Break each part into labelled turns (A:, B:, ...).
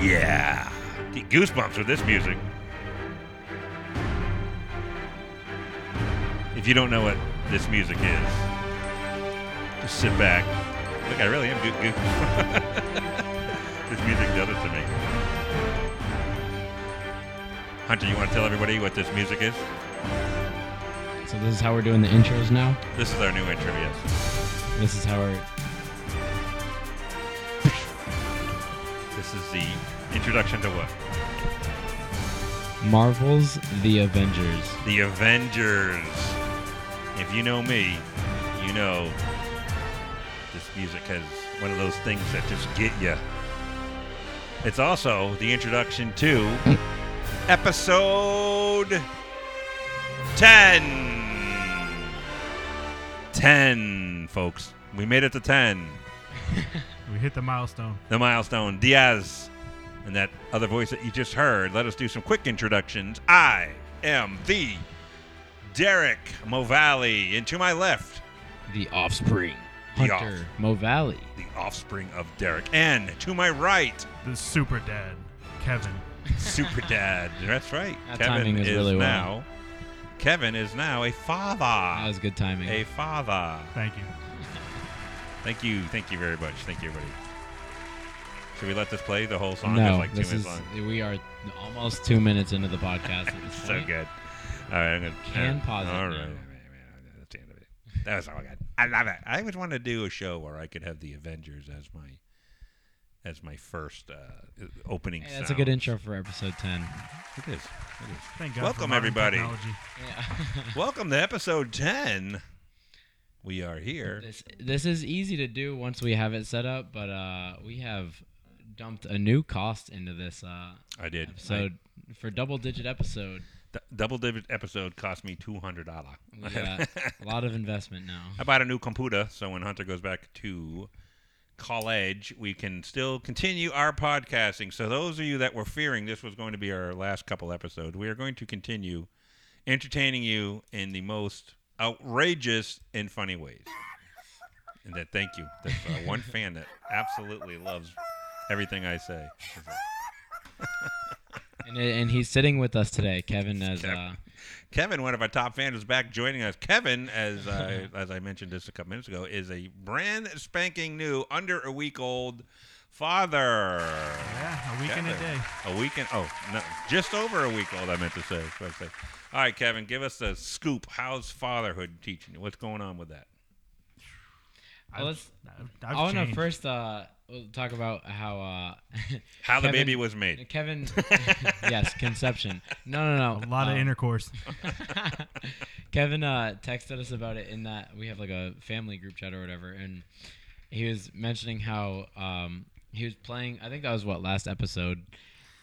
A: Yeah. Get goosebumps with this music. If you don't know what this music is, just sit back. Look, I really am good. good. this music does it to me. Hunter, you want to tell everybody what this music is?
B: So this is how we're doing the intros now.
A: This is our new intro, yes.
B: This is how we're.
A: This is the introduction to what?
B: Marvel's The Avengers.
A: The Avengers. If you know me, you know this music has one of those things that just get you. It's also the introduction to episode 10. 10, folks. We made it to 10.
C: We hit the milestone.
A: The milestone, Diaz, and that other voice that you just heard. Let us do some quick introductions. I am the Derek Movali, and to my left,
B: The Offspring.
A: The
B: Hunter Movali.
A: the offspring of Derek. And to my right,
C: The super dad, Kevin.
A: Super Dad. That's right.
B: That
A: Kevin
B: timing
A: is
B: is really well.
A: now. Kevin is now a
B: That
A: father.
B: was good timing.
A: A father.
C: Thank you.
A: Thank you. Thank you very much. Thank you, everybody. Should we let this play the whole song? it's
B: no,
A: like two
B: this
A: minutes
B: is
A: long.
B: we are almost two minutes into the podcast. at this
A: So
B: point.
A: good. All right, I'm gonna
B: Can
A: uh,
B: pause it
A: All
B: now.
A: right. That's the end of it. That was all good. I love it. I would want to do a show where I could have the Avengers as my as my first uh, opening.
B: Hey, that's a good
A: sound.
B: intro for episode ten.
A: It is. It is.
C: Thank God. for
A: Welcome,
C: modern
A: everybody.
C: Technology.
B: Yeah.
A: Welcome to episode 10. We are here.
B: This this is easy to do once we have it set up, but uh, we have dumped a new cost into this uh,
A: I did.
B: episode for double digit episode.
A: I- d- double digit episode cost me $200.
B: We got a lot of investment now.
A: I bought a new computer, so when Hunter goes back to college, we can still continue our podcasting. So those of you that were fearing this was going to be our last couple episodes, we are going to continue entertaining you in the most outrageous and funny ways. And that thank you. That's uh, one fan that absolutely loves everything I say.
B: And, and he's sitting with us today, Kevin, as
A: Kevin.
B: uh,
A: Kevin, one of our top fans, is back joining us. Kevin, as I, as I mentioned just a couple minutes ago, is a brand spanking new, under a week old father.
C: Yeah, a week and a
A: Kevin.
C: day.
A: A week and oh no, just over a week old. I meant to say. That's what I said. All right, Kevin, give us a scoop. How's fatherhood teaching you? What's going on with that?
B: Well, let's-
C: I've,
B: I
C: I've
B: want to
C: changed.
B: first uh, we'll talk about how uh,
A: How the
B: Kevin-
A: baby was made.
B: Kevin, yes, conception. No, no, no.
C: A lot of
B: Um,
C: intercourse.
B: Kevin uh, texted us about it in that we have like a family group chat or whatever, and he was mentioning how um, he was playing. I think that was what last episode.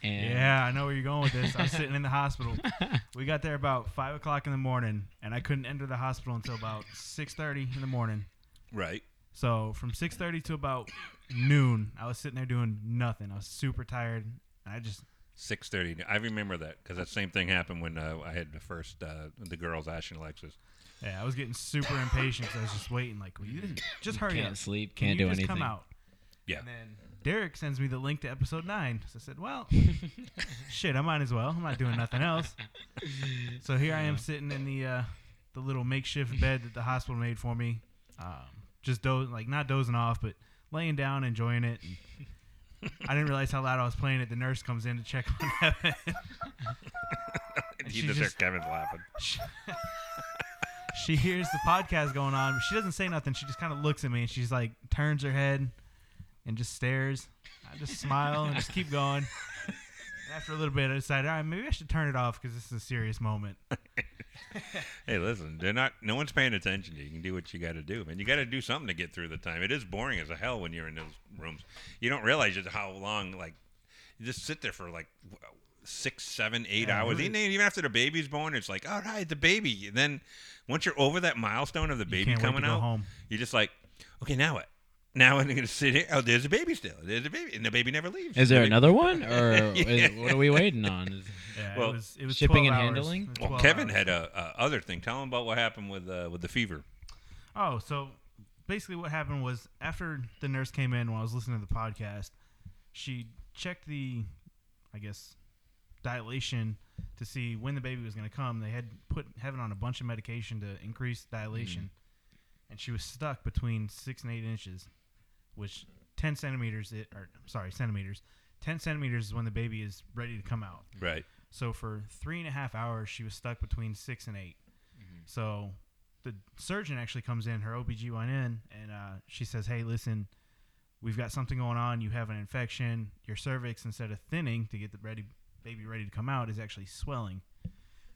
B: And
C: Yeah, I know where you're going with this. I was sitting in the hospital. We got there about five o'clock in the morning, and I couldn't enter the hospital until about six thirty in the morning.
A: Right.
C: So from six thirty to about noon, I was sitting there doing nothing. I was super tired, and I just
A: Six thirty. I remember that because that same thing happened when uh, I had the first uh, the girls, Ash and Alexis.
C: yeah, I was getting super impatient. 'cause I was just waiting, like, will you just, just hurry
B: can't
C: up?
B: sleep,
C: Can
B: can't
C: you
B: do
C: just
B: anything.
C: Come out.
A: Yeah.
C: And then Derek sends me the link to episode nine. So I said, well, shit, I might as well. I'm not doing nothing else. So here I am sitting in the uh, the little makeshift bed that the hospital made for me, um, just dozing, like not dozing off, but laying down, enjoying it. And I didn't realize how loud I was playing it. The nurse comes in to check on Evan.
A: you
C: she
A: just hear
C: just-
A: Kevin's laughing.
C: she, she hears the podcast going on, but she doesn't say nothing. She just kind of looks at me and she's like, turns her head and just stares. I just smile and just keep going. And after a little bit, I decide, all right, maybe I should turn it off because this is a serious moment.
A: Hey, listen, they're not. No one's paying attention to you. You can do what you got to do, man. You got to do something to get through the time. It is boring as a hell when you're in those rooms. You don't realize just how long. Like, you just sit there for like w- six, seven, eight
C: Yeah,
A: hours.
C: really.
A: Even, even after the baby's born, it's like, all right, the baby. And then once you're over that milestone of the baby
C: can't wait to
A: coming
C: go
A: out,
C: home.
A: you're just like, okay, now what? Now I'm gonna sit here. Oh, there's a baby still. There's a baby, and the baby never leaves.
B: Is there
A: The baby-
B: another one, or is, what are we waiting on? Is,
C: Yeah,
A: Well,
C: it was, it was
B: shipping
C: 12
B: and
C: hours.
B: handling?
C: It was
A: Well,
C: 12
A: Kevin
C: hours.
A: had a, a other thing. Tell him about what happened with uh, with the fever.
C: Oh, so basically what happened was after the nurse came in while I was listening to the podcast, she checked the, I guess, dilation to see when the baby was going to come. They had put Heaven on a bunch of medication to increase dilation, and she was stuck between six and eight inches, which ten centimeters it or sorry centimeters, ten centimeters is when the baby is ready to come out.
A: Right.
C: So for three and a half hours, she was stuck between six and 8
A: Mm-hmm.
C: So the surgeon actually comes in, her OBGYN, and uh, she says, Hey, listen, we've got something going on. You have an infection. Your cervix, instead of thinning to get the ready, baby ready to come out, is actually swelling.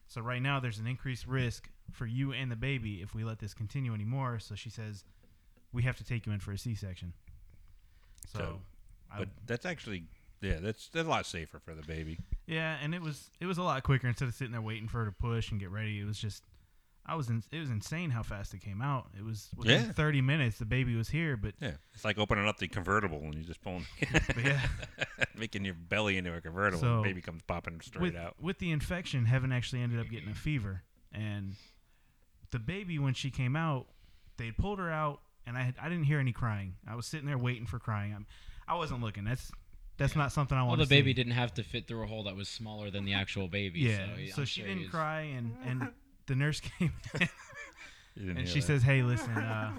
C: So right now, there's an increased risk for you and the baby if we let this continue anymore. So she says, We have to take you in for a C section. So,
A: So,
C: I,
A: But that's actually yeah, that's that's a lot safer for the baby.
C: yeah, and it was it was a lot quicker instead of sitting there waiting for her to push and get ready. It was just I was in, it was insane how fast it came out. It was within
A: Yeah.
C: 30 minutes the baby was here, but,
A: Yeah. It's like opening up the convertible and you're just pulling
C: but yeah,
A: making your belly into a convertible
C: So,
A: and baby comes popping straight
C: with
A: out.
C: with the infection, Heaven actually ended up getting a fever, and the baby when she came out, they had pulled her out, and I had, I didn't hear any crying. I was sitting there waiting for crying. I'm I wasn't looking. That's that's not something I
B: Well,
C: want.
B: the
C: to see.
B: baby didn't have to fit through a hole that was smaller than the actual baby.
C: Yeah,
B: so, he-
C: so
B: I'm
C: she
B: sure
C: didn't
B: he's-
C: cry, and and the nurse came in.
A: You didn't
C: and
A: hear
C: she
A: that.
C: says, "Hey, listen, uh,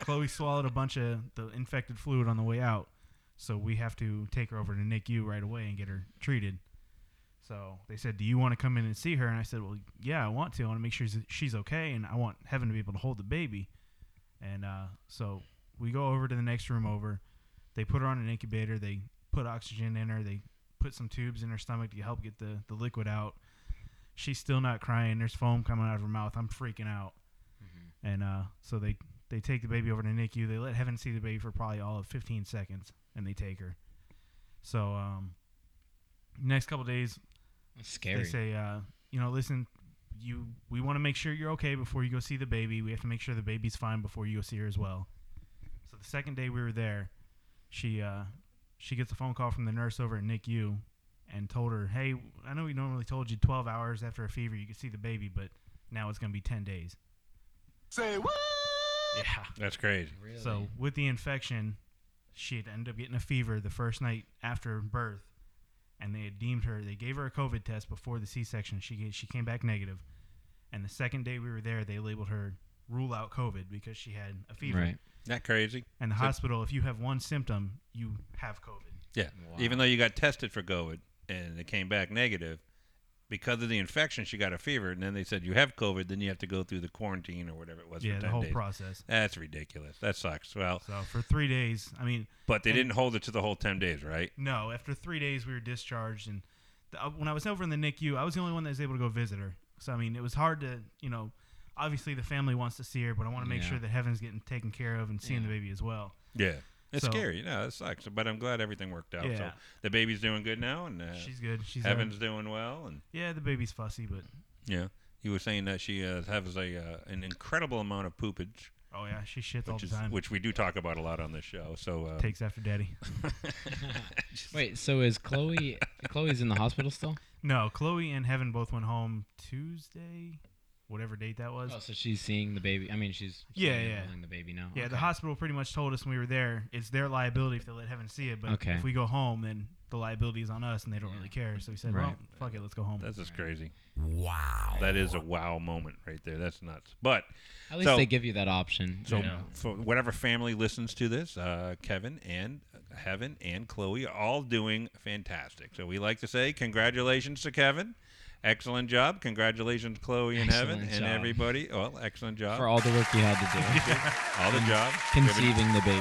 C: Chloe swallowed a bunch of the infected fluid on the way out, so we have to take her over to NICU right away and get her treated." So they said, "Do you want to come in and see her?" And I said, "Well, yeah, I want to. I want to make sure she's- she's okay, and I want Heaven to be able to hold the baby." And uh, so we go over to the next room over. They put her on an incubator. They put oxygen in her. They put some tubes in her stomach to help get the, the liquid out. She's still not crying. There's foam coming out of her mouth. I'm freaking out. And uh, so they, they take the baby over to NICU. They let Heaven see the baby for probably all of 15 seconds, and they take her. So um, next couple days,
B: That's scary.
C: they say, uh, you know, listen, you we want to make sure you're okay before you go see the baby. We have to make sure the baby's fine before you go see her as well. So the second day we were there, she uh, she gets a phone call from the nurse over at NICU and told her, hey, I know we normally told you 12 hours after a fever you could see the baby, but now it's going to be 10 days.
D: Say what?
C: Yeah.
A: That's crazy.
B: Really?
C: So with the infection, she had ended up getting a fever the first night after birth, and they had deemed her. They gave her a COVID test before the C-section. She ga- she came back negative, and the second day we were there, they labeled her rule out COVID because she had a fever.
B: right.
A: Isn't that crazy?
C: And the
A: So-
C: hospital, if you have one symptom, you have COVID.
A: Yeah.
B: Wow.
A: Even though you got tested for COVID and it came back negative, because of the infection, she got a fever, and then they said you have COVID. Then you have to go through the quarantine or whatever it was.
C: yeah,
A: for
C: the
A: 10
C: whole
A: days.
C: process.
A: That's ridiculous. That sucks. Well,
C: So for three days, I mean,
A: but they
C: And-
A: didn't hold it to the whole ten days, right?
C: No, after three days we were discharged, and the, uh, when I was over in the NICU, I was the only one that was able to go visit her. So I mean, it was hard to, you know, obviously the family wants to see her, but I want to make
B: Yeah.
C: sure that Heaven's getting taken care of and seeing
B: Yeah.
C: the baby as well.
A: Yeah. It's
C: So-
A: scary. No, it sucks. But I'm glad everything worked out. So
C: Yeah.
A: the baby's doing good now, and uh,
C: She's good. She's uh,
A: Evan's doing well, and
C: yeah, the baby's fussy, but
A: yeah, you were saying that she uh, has a uh, an incredible amount of poopage,
C: oh yeah, she shits all
A: which
C: the
A: is
C: time.
A: which we do talk about a lot on this show. So uh,
C: Takes after daddy.
B: Wait. So is Chloe? Chloe's in the hospital still?
C: No, Chloe and Heaven both went home Tuesday, whatever date that was.
B: Oh, so she's seeing the baby. I mean, she's
C: Yeah,
B: seeing and
C: yeah.
B: holding the baby now.
C: Yeah, the
B: Okay.
C: hospital pretty much told us when we were there it's their liability if they let Heaven see it, but
B: Okay.
C: if we go home, then the liability is on us, and they don't
B: Yeah.
C: really care. So we said,
B: Right.
C: "Well, fuck it, let's go home."
A: that's just crazy.
D: Wow.
A: That is a wow moment right there. That's nuts. But
B: At least
A: So-
B: they give you that option.
A: so
B: you know.
A: for whatever family listens to this, uh, Kevin and uh, Heaven and Chloe are all doing fantastic. So we like to say congratulations to Kevin. Excellent job. Congratulations, Chloe and Heaven
B: Excellent
A: and
B: job.
A: everybody. Well, excellent job.
B: for all the work you had to do,
A: all the job.
B: conceiving the baby.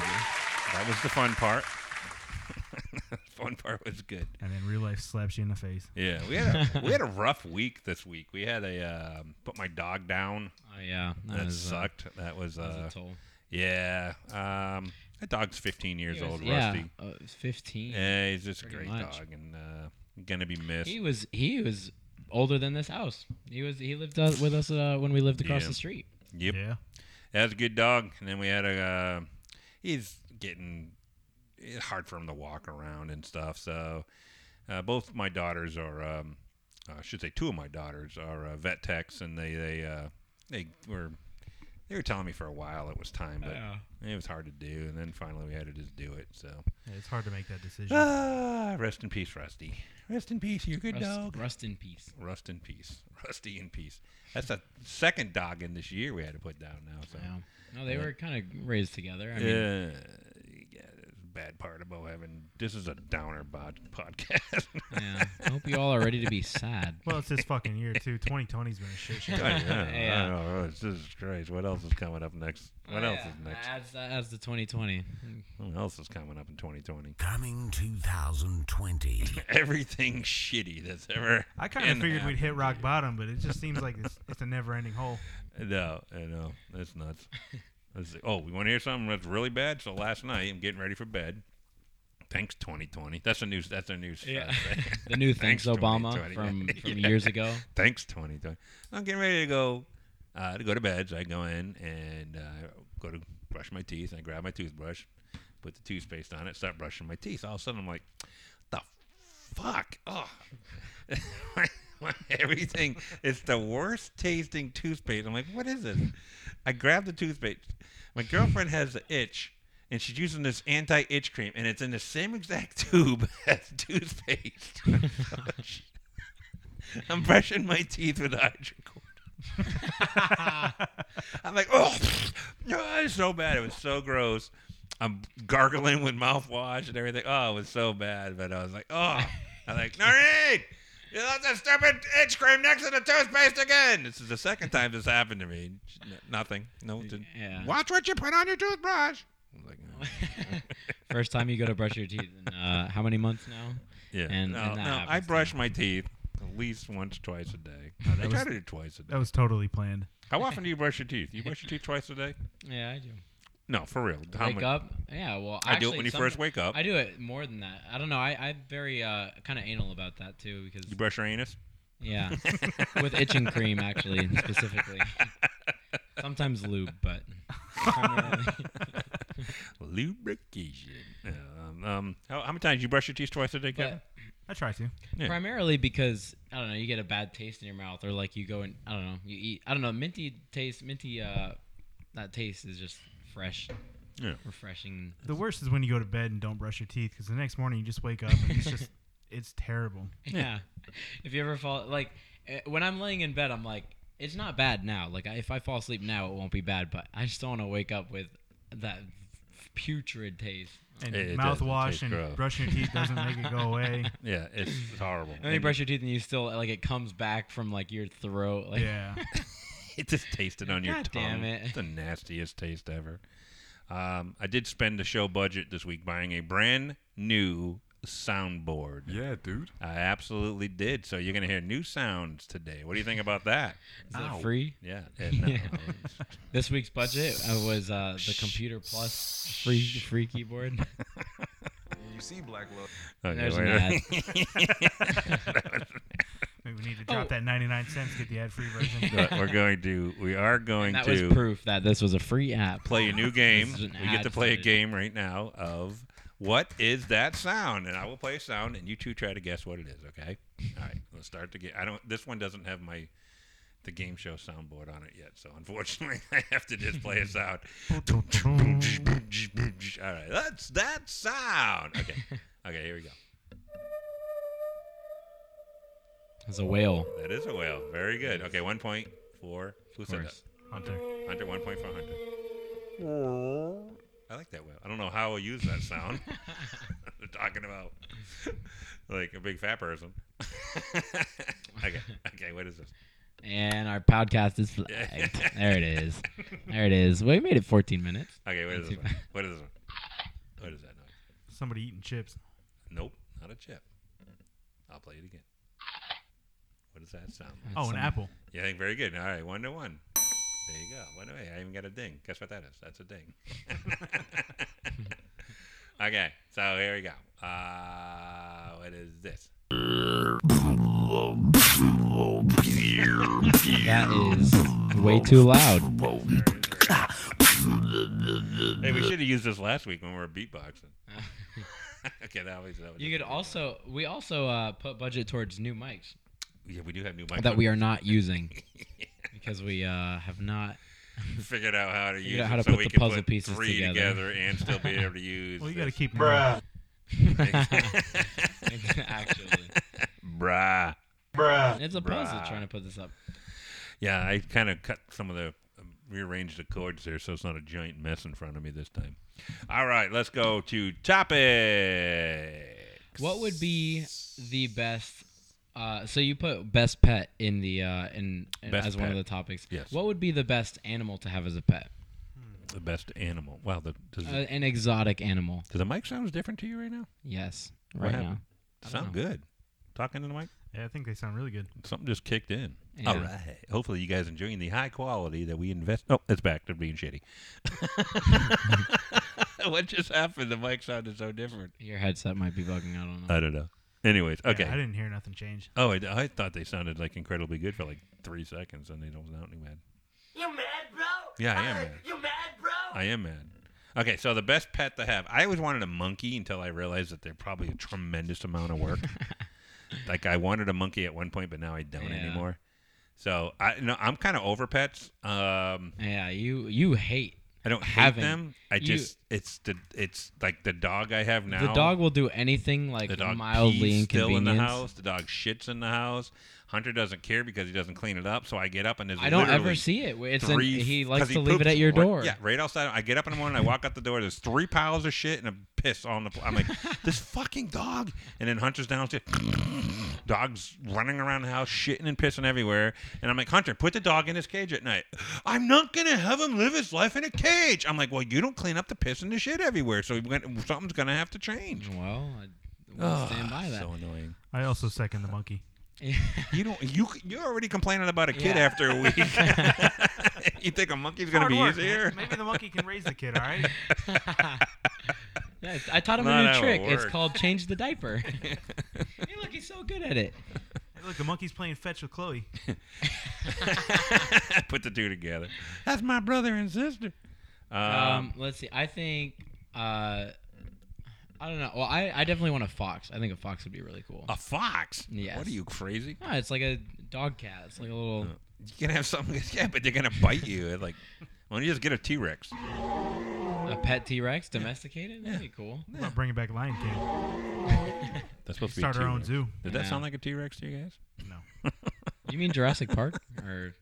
A: That was the fun part. fun part was good.
C: And then real life slaps you in the face.
A: Yeah, we had a, we had a rough week this week. We had a um put my dog down.
B: Oh yeah, that,
A: That
B: was, uh,
A: sucked. that was,
B: that was
A: uh,
B: a toll.
A: yeah. Um, that dog's 15 years
B: He was-
A: old,
B: yeah,
A: Rusty.
B: uh, fifteen.
A: Yeah, he's just a
B: Pretty
A: great
B: much.
A: dog and uh, gonna be missed.
B: He was he was older than this house. He was he lived uh, with us uh, when we lived across
A: Yeah.
B: the street.
A: Yep,
C: Yeah.
A: that was a good dog. And then we had a uh, he's getting it's hard for him to walk around and stuff. So uh, both my daughters are, um, I should say, two of my daughters are uh, vet techs, and they they uh, they uh, were They were telling me for a while it was time, but
B: Yeah.
A: it was hard to do. And then finally we had to just do it. So
C: Yeah, it's hard to make that decision.
A: ah, rest in peace, Rusty. Rest in peace, you good
B: Rust,
A: dog.
B: rest in peace.
A: Rust in peace. Rusty in peace. That's the second dog in this year we had to put down now. So
B: Yeah. No, Oh, they were kind of raised together. I mean,
A: yeah, yeah. that's the Bad part about having this is a downer bod- podcast.
B: yeah. I hope you all are ready to be sad.
C: Well, it's this fucking year too. 2020's been a shit show.
A: I know,
B: Oh, Yeah.
A: I know. Oh, Jesus Christ! What else is coming up next? What else is next?
B: As, as the 2020.
A: What else is coming up in 2020?
D: Coming 2020.
A: Everything shitty that's ever.
C: I kind of
A: been
C: figured we'd hit
A: happened.
C: rock bottom, but it just seems like it's, it's a never-ending hole.
A: No, I know. That's nuts. Let's see. Oh, we want to hear something that's really bad. So last night, I'm getting ready for bed. Thanks, 2020. That's a news. That's a news.
B: Yeah.
A: uh, thing.
B: The new Thanks, Obama
A: 2020.
B: from, from
A: Yeah.
B: years ago.
A: Thanks, 2020. I'm getting ready to go uh, to go to bed. So I go in and uh, go to brush my teeth. And I grab my toothbrush, put the toothpaste on it, start brushing my teeth. All of a sudden, I'm like, the fuck? Oh. Everything. It's the worst tasting toothpaste. I'm like, what is this? I grab the toothpaste. My girlfriend has the itch. And she's using this anti-itch cream, and it's in the same exact tube as toothpaste. Oh, I'm brushing my teeth with a hydrocorn. I'm like, oh, no, it's so bad. It was so gross. I'm gargling with mouthwash and everything. Oh, it was so bad. But I was like, oh, I'm like, Noreen, you left that stupid itch cream next to the toothpaste again. This is the second time this happened to me. N- Nothing. No. didn't-
B: Yeah.
A: Watch what you put on your toothbrush. I'm like, oh.
B: First time you go to brush your teeth in uh, how many months now?
A: yeah.
B: And-
A: no,
B: and that
A: no. I
B: happens to
A: brush my teeth at least once, twice a day. I
C: was-
A: try to do twice a day.
C: That was totally planned.
A: How often do you brush your teeth? You brush your teeth twice a day?
B: Yeah, I do.
A: No, for real. How
B: wake
A: many-
B: up? Yeah, well,
A: I do it
B: actually,
A: when you
B: some-
A: first wake up.
B: I do it more than that. I don't know. I I'm very uh kind of anal about that too because
A: You brush your anus?
B: yeah, with itching cream actually specifically. Sometimes lube, but primarily-
A: Lubrication. Yeah, Um, um, how, how many times you brush your teeth twice a day, Kevin?
B: but
C: I try to.
A: Yeah.
B: primarily because I don't know. You get a bad taste in your mouth, or like you go and I don't know. You eat I don't know. Minty taste, minty uh, that taste is just fresh,
A: Yeah.
B: refreshing.
C: The worst is when you go to bed and don't brush your teeth because the next morning you just wake up and it's just it's terrible.
B: Yeah. if you ever fall, like, eh, when I'm laying in bed, I'm like, it's not bad now. Like, I- if I fall asleep now, it won't be bad, but I just don't want to wake up with that putrid taste.
C: And
A: It does, it tastes
C: mouthwash and
A: gross.
C: brushing your teeth doesn't make it go away.
A: Yeah, it's, it's horrible.
B: And then you brush your teeth and you still, like, it comes back from, like, your throat. Like,
C: Yeah.
A: It just tasted on your
B: God
A: tongue.
B: damn it.
A: It's the nastiest taste ever. Um, I did spend the show budget this week buying a brand new soundboard.
D: Yeah, dude.
A: I absolutely did. So you're gonna hear new sounds today. What do you think about that?
B: Is that
A: Ow.
B: free?
A: Yeah. yeah, no,
B: Yeah.
A: it's-
B: This week's budget uh, was uh, the Computer Plus free free keyboard.
D: You see Black Love.
A: okay,
B: There's
A: wait.
B: an ad.
C: Maybe we need to drop
B: Oh.
C: that 99 cents, get the ad free version.
A: But we're going to. We are going
B: And that was
A: to.
B: proof that this was a free app.
A: play a new game.
B: This is an
A: We get to
B: ad
A: play a
B: for it.
A: game right now of what is that sound? And I will play a sound, and you two try to guess what it is. Okay. All right. Let's start the game. I don't. This one doesn't have my the game show soundboard on it yet, so unfortunately I have to just play a sound. All right. That's that sound. Okay. Okay. Here we go.
B: It's a whale,
A: That is a whale. Very good. Okay. One point for who
B: of
A: said that?
B: course.
C: Hunter.
A: Hunter, one point for Hunter. I like that whale. I don't know how I'll use that sound. They're talking about like a big fat person. okay, okay, what is this?
B: And our podcast is flagged. there it is. There it is. Well, we made it 14 minutes.
A: Okay, what is
B: Not
A: this
B: too
A: one?
B: bad.
A: What is this one? What is that noise?
C: Somebody eating chips.
A: Nope, not a chip. I'll play it again. What does that sound like?
B: That's
C: Oh, an
B: some-
C: apple.
A: You think very good. All right, one to one. There you go. One away. I even got a ding. Guess what that is? That's a ding. okay, so here we go. Uh, what is this?
B: That is way too loud.
A: Hey, we should have used this last week when we were beatboxing. okay, that was. That was
B: You could also we also uh, put budget towards new mics
A: Yeah, we do have new mics.
B: that we are not using because we uh, have not
A: figured out how to use
B: out how
A: it
B: to
A: so
B: put
A: we
B: the
A: could
B: puzzle
A: put
B: pieces
A: three
B: together.
A: and still be able to use.
C: Well, you got to
A: this.
C: keep. Bruh.
B: Actually,
A: Bruh.
B: it's a puzzle
A: Bruh.
B: trying to put this up.
A: Yeah, I kind of cut some of the um, rearranged the chords there, so it's not a giant mess in front of me this time. All right, let's go to topics.
B: What would be the best? Uh, so you put best pet in the uh, in, in-
A: Best
B: as one of the
A: pet.
B: topics.
A: Yes.
B: What would be the best animal to have as a pet?
A: the best animal? Wow, the, does,
B: Uh,
A: the,
B: an exotic animal.
A: does the mic sounds different to you right now?
B: Yes.
A: What
B: Right
A: happened?
B: now. don't
A: Sound
B: know.
A: good. Talking to the mic.
C: Yeah, I think they sound really good.
A: Something just kicked in.
B: Yeah.
A: All right. Hopefully, you guys enjoying the high quality that we invest. Oh, it's back to being shitty. what just happened? The mic sounded so different.
B: Your headset might be bugging. I don't know.
A: I don't know. Anyways,
C: Yeah,
A: okay.
C: I didn't hear nothing change.
A: oh, I, I thought they sounded like incredibly good for like three seconds, and they don't sound any mad.
E: You mad, bro?
A: Yeah, I am
E: Huh?
A: mad.
E: You mad, bro?
A: I am mad. Okay, so the best pet to have. I always wanted a monkey until I realized that they're probably a tremendous amount of work. like I wanted a monkey at one point, but now I don't
B: Yeah.
A: anymore. So I no, I'm kind of over pets. Um,
B: yeah. You you hate.
A: I don't hate
B: having-
A: them. I
B: you-
A: just it's the it's like the dog I have now.
B: The dog will do anything like
A: the dog
B: mildly
A: pees
B: inconvenient.
A: still in the house. The dog shits in the house. Hunter doesn't care because he doesn't clean it up. So I get up and there's
B: I don't ever
A: literally
B: see it. It's in,
A: three.
B: he
A: 'cause
B: likes to leave it
A: poops
B: at your
A: right-
B: door.
A: yeah, right outside. I get up in the morning. I walk out the door. There's three piles of shit and a piss on the. Pl- I'm like this fucking dog. And then Hunter's downstairs. Dogs running around the house, shitting and pissing everywhere. And I'm like, Hunter, put the dog in his cage at night. I'm not gonna have him live his life in a cage. I'm like, well, you don't clean up the piss and the shit everywhere, so we're gonna- something's gonna have to change.
B: Well, I will
A: Ugh,
B: stand by that.
A: So annoying.
C: I also second the monkey.
A: You don't. You you're already complaining about a kid
B: Yeah.
A: after a week. you think a monkey's gonna
C: Hard
A: be
C: work, man.
A: easier?
C: Maybe the monkey can raise the kid. All right.
B: Yeah, it's- I taught him
A: Not
B: a
A: how
B: new
A: it
B: trick. It's
A: works.
B: called change the diaper. hey, look, he's so good at it.
C: Hey, Look, the monkey's playing fetch with Chloe.
A: Put the two together. That's my brother and sister. Um,
B: Um, let's see. I think uh, I don't know. Well, I, I definitely want a fox. I think a fox would be really cool.
A: a fox.
B: Yes.
A: What are you crazy?
B: Ah, it's like a dog cat. It's like a little.
A: You can have something. Yeah, but they're gonna bite you. Like, why don't you just get a T Rex?
B: A pet T Rex domesticated? That'd be cool.
C: We're not bringing back Lion King.
A: That's supposed
C: Start
A: to be a
C: our own
A: T-Rex.
C: zoo.
A: Did that
B: Yeah.
A: sound like a T Rex to you guys?
C: No.
B: You mean Jurassic Park or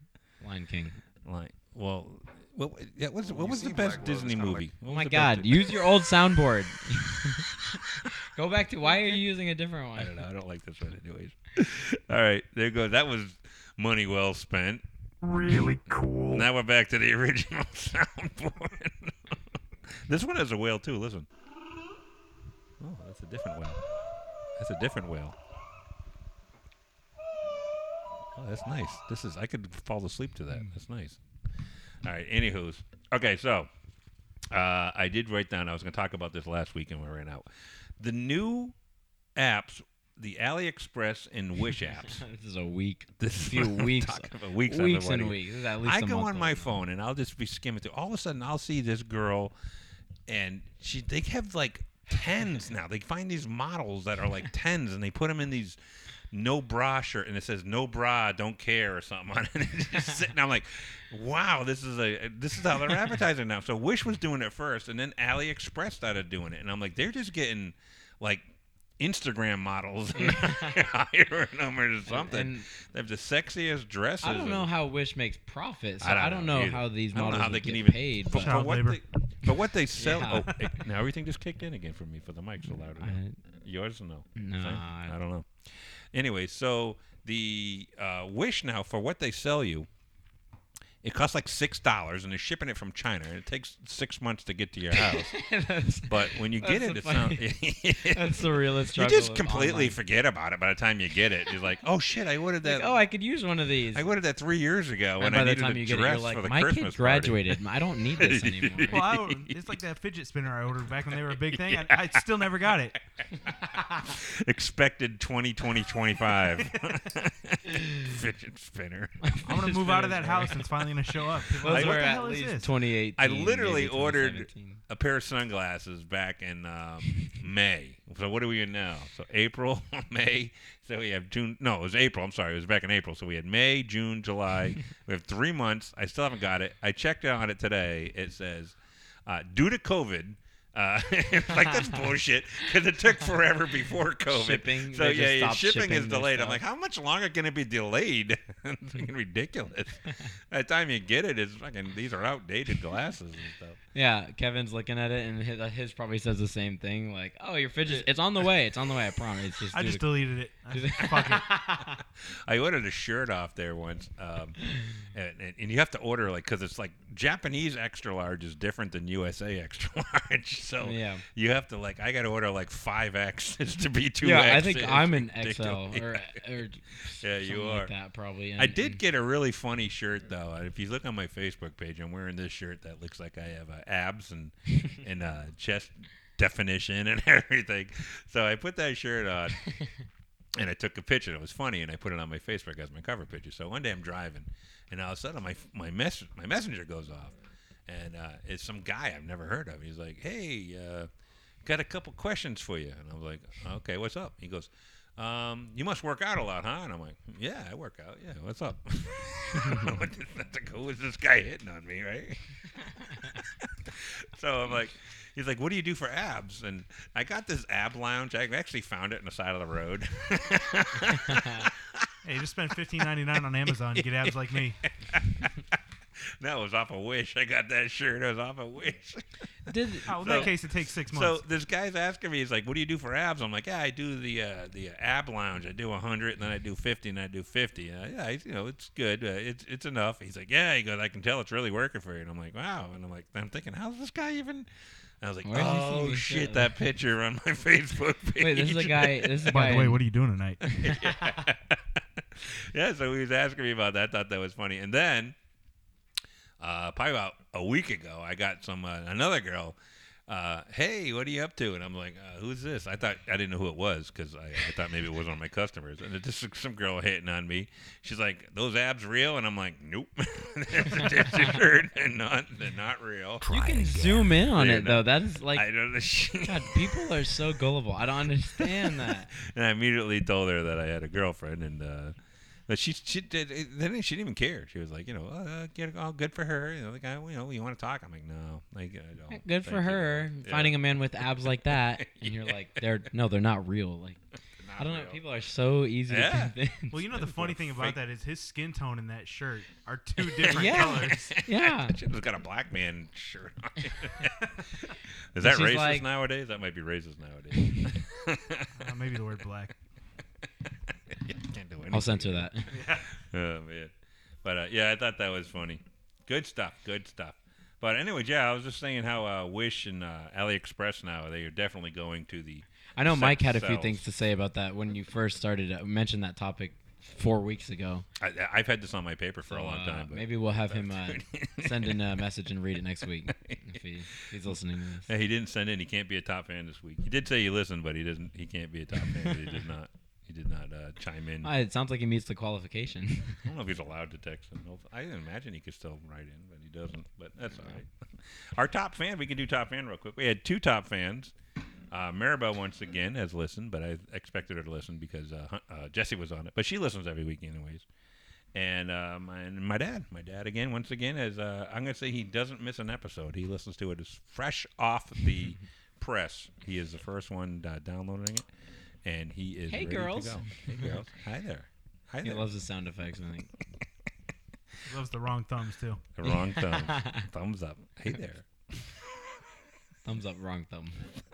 B: Lion King?
A: Like, well, what yeah, what's, what
D: You
A: was
D: see
A: the best
D: Black Widow,
A: Disney
D: it's kinda
A: movie?
B: Oh my God! Use your old soundboard. Go back to why are you using a different
A: I don't know.
B: one?
A: I don't like this one, anyways. All right, there goes. That was money well spent.
D: Really cool.
A: Now we're back to the original soundboard. this one has a whale too. Listen. Oh, that's a different whale. That's a different whale. Oh, that's nice. This is I could fall asleep to that. That's nice. All right. Anywho's. Okay, so uh, I did write down. I was going to talk about this last week, and we ran out. The new apps, the AliExpress and Wish apps.
B: This is a week.
A: This is
B: few
A: what I'm
B: weeks-
A: talking about. Weeks, I've been
B: weeks and
A: waiting.
B: weeks. This is at least
A: I
B: a
A: go
B: month
A: on my
B: old.
A: phone and I'll just be skimming through. All of a sudden, I'll see this girl, and she they have like tens now. They find these models that are like tens, and they put them in these no bra shirt, and it says no bra, don't care or something on it. It's just sitting, I'm like, wow, this is a this is how they're advertising now. So Wish was doing it first, and then AliExpress started doing it, and I'm like, they're just getting like. Instagram models and hiring them or something.
B: and-
A: they have the sexiest dresses.
B: I don't
A: and-
B: know how Wish makes profit. So I
A: I don't
B: don't,
A: know
B: know,
A: either.
B: how these
A: I don't
B: models
A: know how
B: would
A: they
B: get
A: can even-
B: paid.
A: But,
B: But
A: but
C: Child
A: what
C: labor.
A: they, but what they sell.
B: Yeah.
A: Oh, it, now everything just kicked in again for me for the mic's allowed.
B: I-
A: Yours no.
B: Nah,
A: Same?
B: I-
A: I don't know. Anyway, so the uh, wish now for what they sell you, it costs like six dollars, and they're shipping it from China, and it takes six months to get to your house.
B: that's,
A: but when you get
B: That's
A: it,
B: the
A: it sounds.
B: that's the realest
A: you
B: struggle.
A: just
B: of
A: completely
B: online.
A: forget about it by the time you get it. You're like, oh shit, I ordered that.
B: Like, oh, I could use one of these.
A: I ordered that three years ago,
B: and
A: when
B: by
A: I
B: the
A: needed
B: time
A: a
B: you get it,
A: dress
B: you're like,
A: for the
B: my
A: Christmas
B: kid
A: party."
B: graduated. I don't need this anymore.
C: Well, I, it's like that fidget spinner I ordered back when they were a big thing. I, I still never got it.
A: expected 2020 25 fidget spinner
C: I'm gonna
B: Fidget
C: move out of that
B: spinners
C: house
B: are-
C: and it's finally gonna show up. People are
B: Those
C: like,
B: were
C: what the
B: at
C: hell is
B: least
C: this?
B: 2018.
A: i literally
B: maybe
A: ordered
B: 2017.
A: a pair of sunglasses back in um, may So what are we in now? So April, May. So we have June. No, it was April. I'm sorry. It was back in April. So we had May, June, July. we have three months. I still haven't got it. I checked on it today. It says uh, due to COVID. Uh, it's like that's bullshit because it took forever before COVID.
B: Shipping,
A: so
B: they just
A: yeah, yeah,
B: stopped
A: shipping,
B: shipping
A: is
B: their
A: delayed. I'm
B: stuff.
A: like, how much longer can it be delayed? it's fucking ridiculous. By the time you get it, it's fucking these are outdated glasses and stuff.
B: Yeah, Kevin's looking at it, and his, his probably says the same thing. Like, "Oh, your fridge is—it's on the way. It's on the way. I promise." It's just
C: I
B: due
C: just
B: to-
C: deleted it. I
B: due to-
C: said, Fuck it.
A: I ordered a shirt off there once, um, and, and- and you have to order like because it's like Japanese extra large is different than USA extra large, so
B: Yeah.
A: you have to like I got to order like five X's to be two.
B: yeah, I
A: X's.
B: think I'm an XL
A: Ridiculous.
B: or, or
A: Yeah, you
B: something
A: are.
B: Like that probably.
A: I
B: and-
A: did
B: and-
A: get a really funny shirt though. And If you look on my Facebook page, I'm wearing this shirt that looks like I have uh, abs and and uh, chest definition and everything. So I put that shirt on. And I took a picture. It was funny, and I put it on my Facebook as my cover picture. So one day I'm driving, and all of a sudden my my mess my messenger goes off, and uh, it's some guy I've never heard of. He's like, "Hey, uh, got a couple questions for you," and I was like, "Okay, what's up?" He goes, um, "You must work out a lot, huh?" And I'm like, "Yeah, I work out. Yeah, what's up?" What the- That's like, who is this guy hitting on me, right? so I'm like, he's like, what do you do for abs? And I got this ab lounge. I actually found it on the side of the road.
C: Hey, just spend fifteen ninety nine on Amazon. Get abs like me.
A: no, it was off a wish. I got that shirt. It was off a wish.
B: Did
C: Oh, in that
A: So-
C: case, it takes six
A: So
C: months.
A: this guy's asking me, he's like, "What do you do for abs?" I'm like, "Yeah, I do the uh, the ab lounge. I do 100, and then I do 50, and I do 50. Uh, yeah, I, you know, it's good. Uh, it's it's enough." He's like, "Yeah," he goes, "I can tell it's really working for you." And I'm like, "Wow," and I'm like, "I'm thinking, how's this guy even?" I was like,
B: Where did you see
A: "Oh
B: these,
A: shit,
B: uh,
A: that picture on my Facebook page."
B: wait? This is a guy. This is a
C: By
B: guy.
C: the way, what are you doing tonight?
A: yeah, so he was asking me about that. I thought that was funny. And then, uh, probably about a week ago, I got some uh, another girl. Uh, hey, what are you up to? And I'm like, uh, who's this? I thought I didn't know who it was because I, I thought maybe it was one of my customers. And it's just some girl hitting on me. She's like, "Those abs real?" And I'm like, "Nope, they're, they're, they're not. They're not real."
B: you can zoom in on
A: They're
B: it
A: not-
B: though. That is like
A: I don't know. She,
B: God, people are so gullible. I don't understand that.
A: and I immediately told her that I had a girlfriend, and uh, but she she did it- then she didn't even care. She was like, you know, uh, get all good for her. You know, like I, you know, you want to talk? I'm like, no, like I don't.
B: Good for
A: Thank you.
B: her
A: Yeah.
B: finding a man with abs like that, and you're like, they're no, they're not real. Like I don't know.
A: real.
B: People are so easy
A: Yeah.
B: to convince.
C: Well, you know the funny thing
A: fake-
C: about that is his skin tone and that shirt are two different
B: Yeah.
C: colors.
B: yeah.
A: She just got a black man shirt on. Is that
B: She's
A: racist
B: like-
A: nowadays? That might be racist nowadays.
C: Uh, maybe the word black.
A: Yeah, can't do anything.
B: I'll censor that.
A: Oh man, but uh, yeah, I thought that was funny. Good stuff. Good stuff. But anyway, yeah, I was just saying how uh, Wish and uh, AliExpress now they are definitely going to the.
B: I know
A: Sex
B: Mike had a few
A: sells.
B: things to say about that when you first started uh, mentioned that topic four weeks ago.
A: I, I've had this on my paper for a long
B: Uh,
A: time. but-
B: maybe we'll have him uh, send in a message and read it next week if, he, if he's listening to this.
A: Hey, he didn't send in. He can't be a top fan this week. He did say he listened, but he doesn't. He can't be a top fan. He did not. He did not uh, chime in.
B: Ah,
A: I
B: it sounds like he meets the qualification.
A: don't know if he's allowed to text. Him. Hope- I imagine he could still write in, but he doesn't. But that's all right. Our top fan. We can do top fan real quick. We had two top fans. Uh, Maribel once again has listened, but I expected her to listen because uh, Hun- uh, Jesse was on it. But she listens every week, anyways. And uh, my and my dad, my dad again, once again, is uh, I'm gonna say he doesn't miss an episode. He listens to it as fresh off the press. He is the first one uh, downloading it, and he is
B: Hey,
A: ready to
B: girls.
A: go. Hey girls, hi there, hi
B: he
A: there.
B: loves the sound effects. I think.
C: He loves the wrong thumbs too.
A: The wrong thumbs, thumbs up. Hey there.
B: Thumbs up, wrong thumb.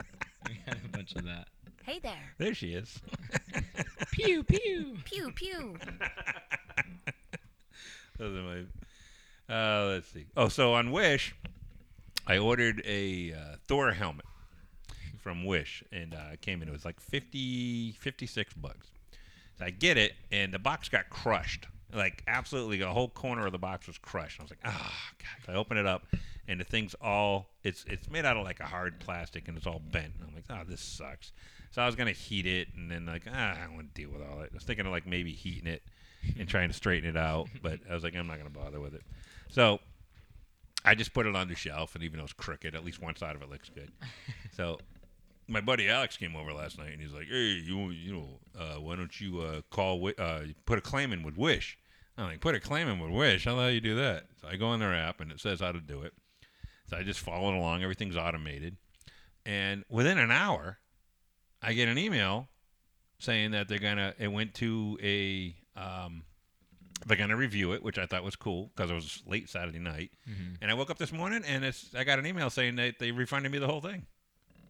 B: we had a bunch of that.
F: Hey there.
A: There she is.
B: Pew pew.
F: Pew pew.
A: Those are my. Uh, let's see. Oh, so on Wish, I ordered a uh, Thor helmet from Wish, and uh, it came in. It was like 50, 56 bucks. So I get it, and the box got crushed. Like absolutely, the whole corner of the box was crushed. I was like, ah, God. So I open it up, and the thing's all it's it's made out of like a hard plastic, and it's all bent. And I'm like, oh, this sucks. So I was gonna heat it, and then like, ah, I don't want to deal with all that. I was thinking of like maybe heating it and trying to straighten it out, but I was like, I'm not gonna bother with it. So I just put it on the shelf, and even though it's crooked, at least one side of it looks good. So my buddy Alex came over last night and he's like, "Hey, you you know, uh, why don't you uh, call Wi- uh, put a claim in with Wish?" I'm like, "Put a claim in with Wish? How the hell you do that?" So I go on their app and it says how to do it. So I just followed along. Everything's automated, and within an hour, I get an email saying that they're gonna. It went to a. Um, they're gonna review it, which I thought was cool because it was late Saturday night, and I woke up this morning and it's. I got an email saying that they refunded me the whole thing.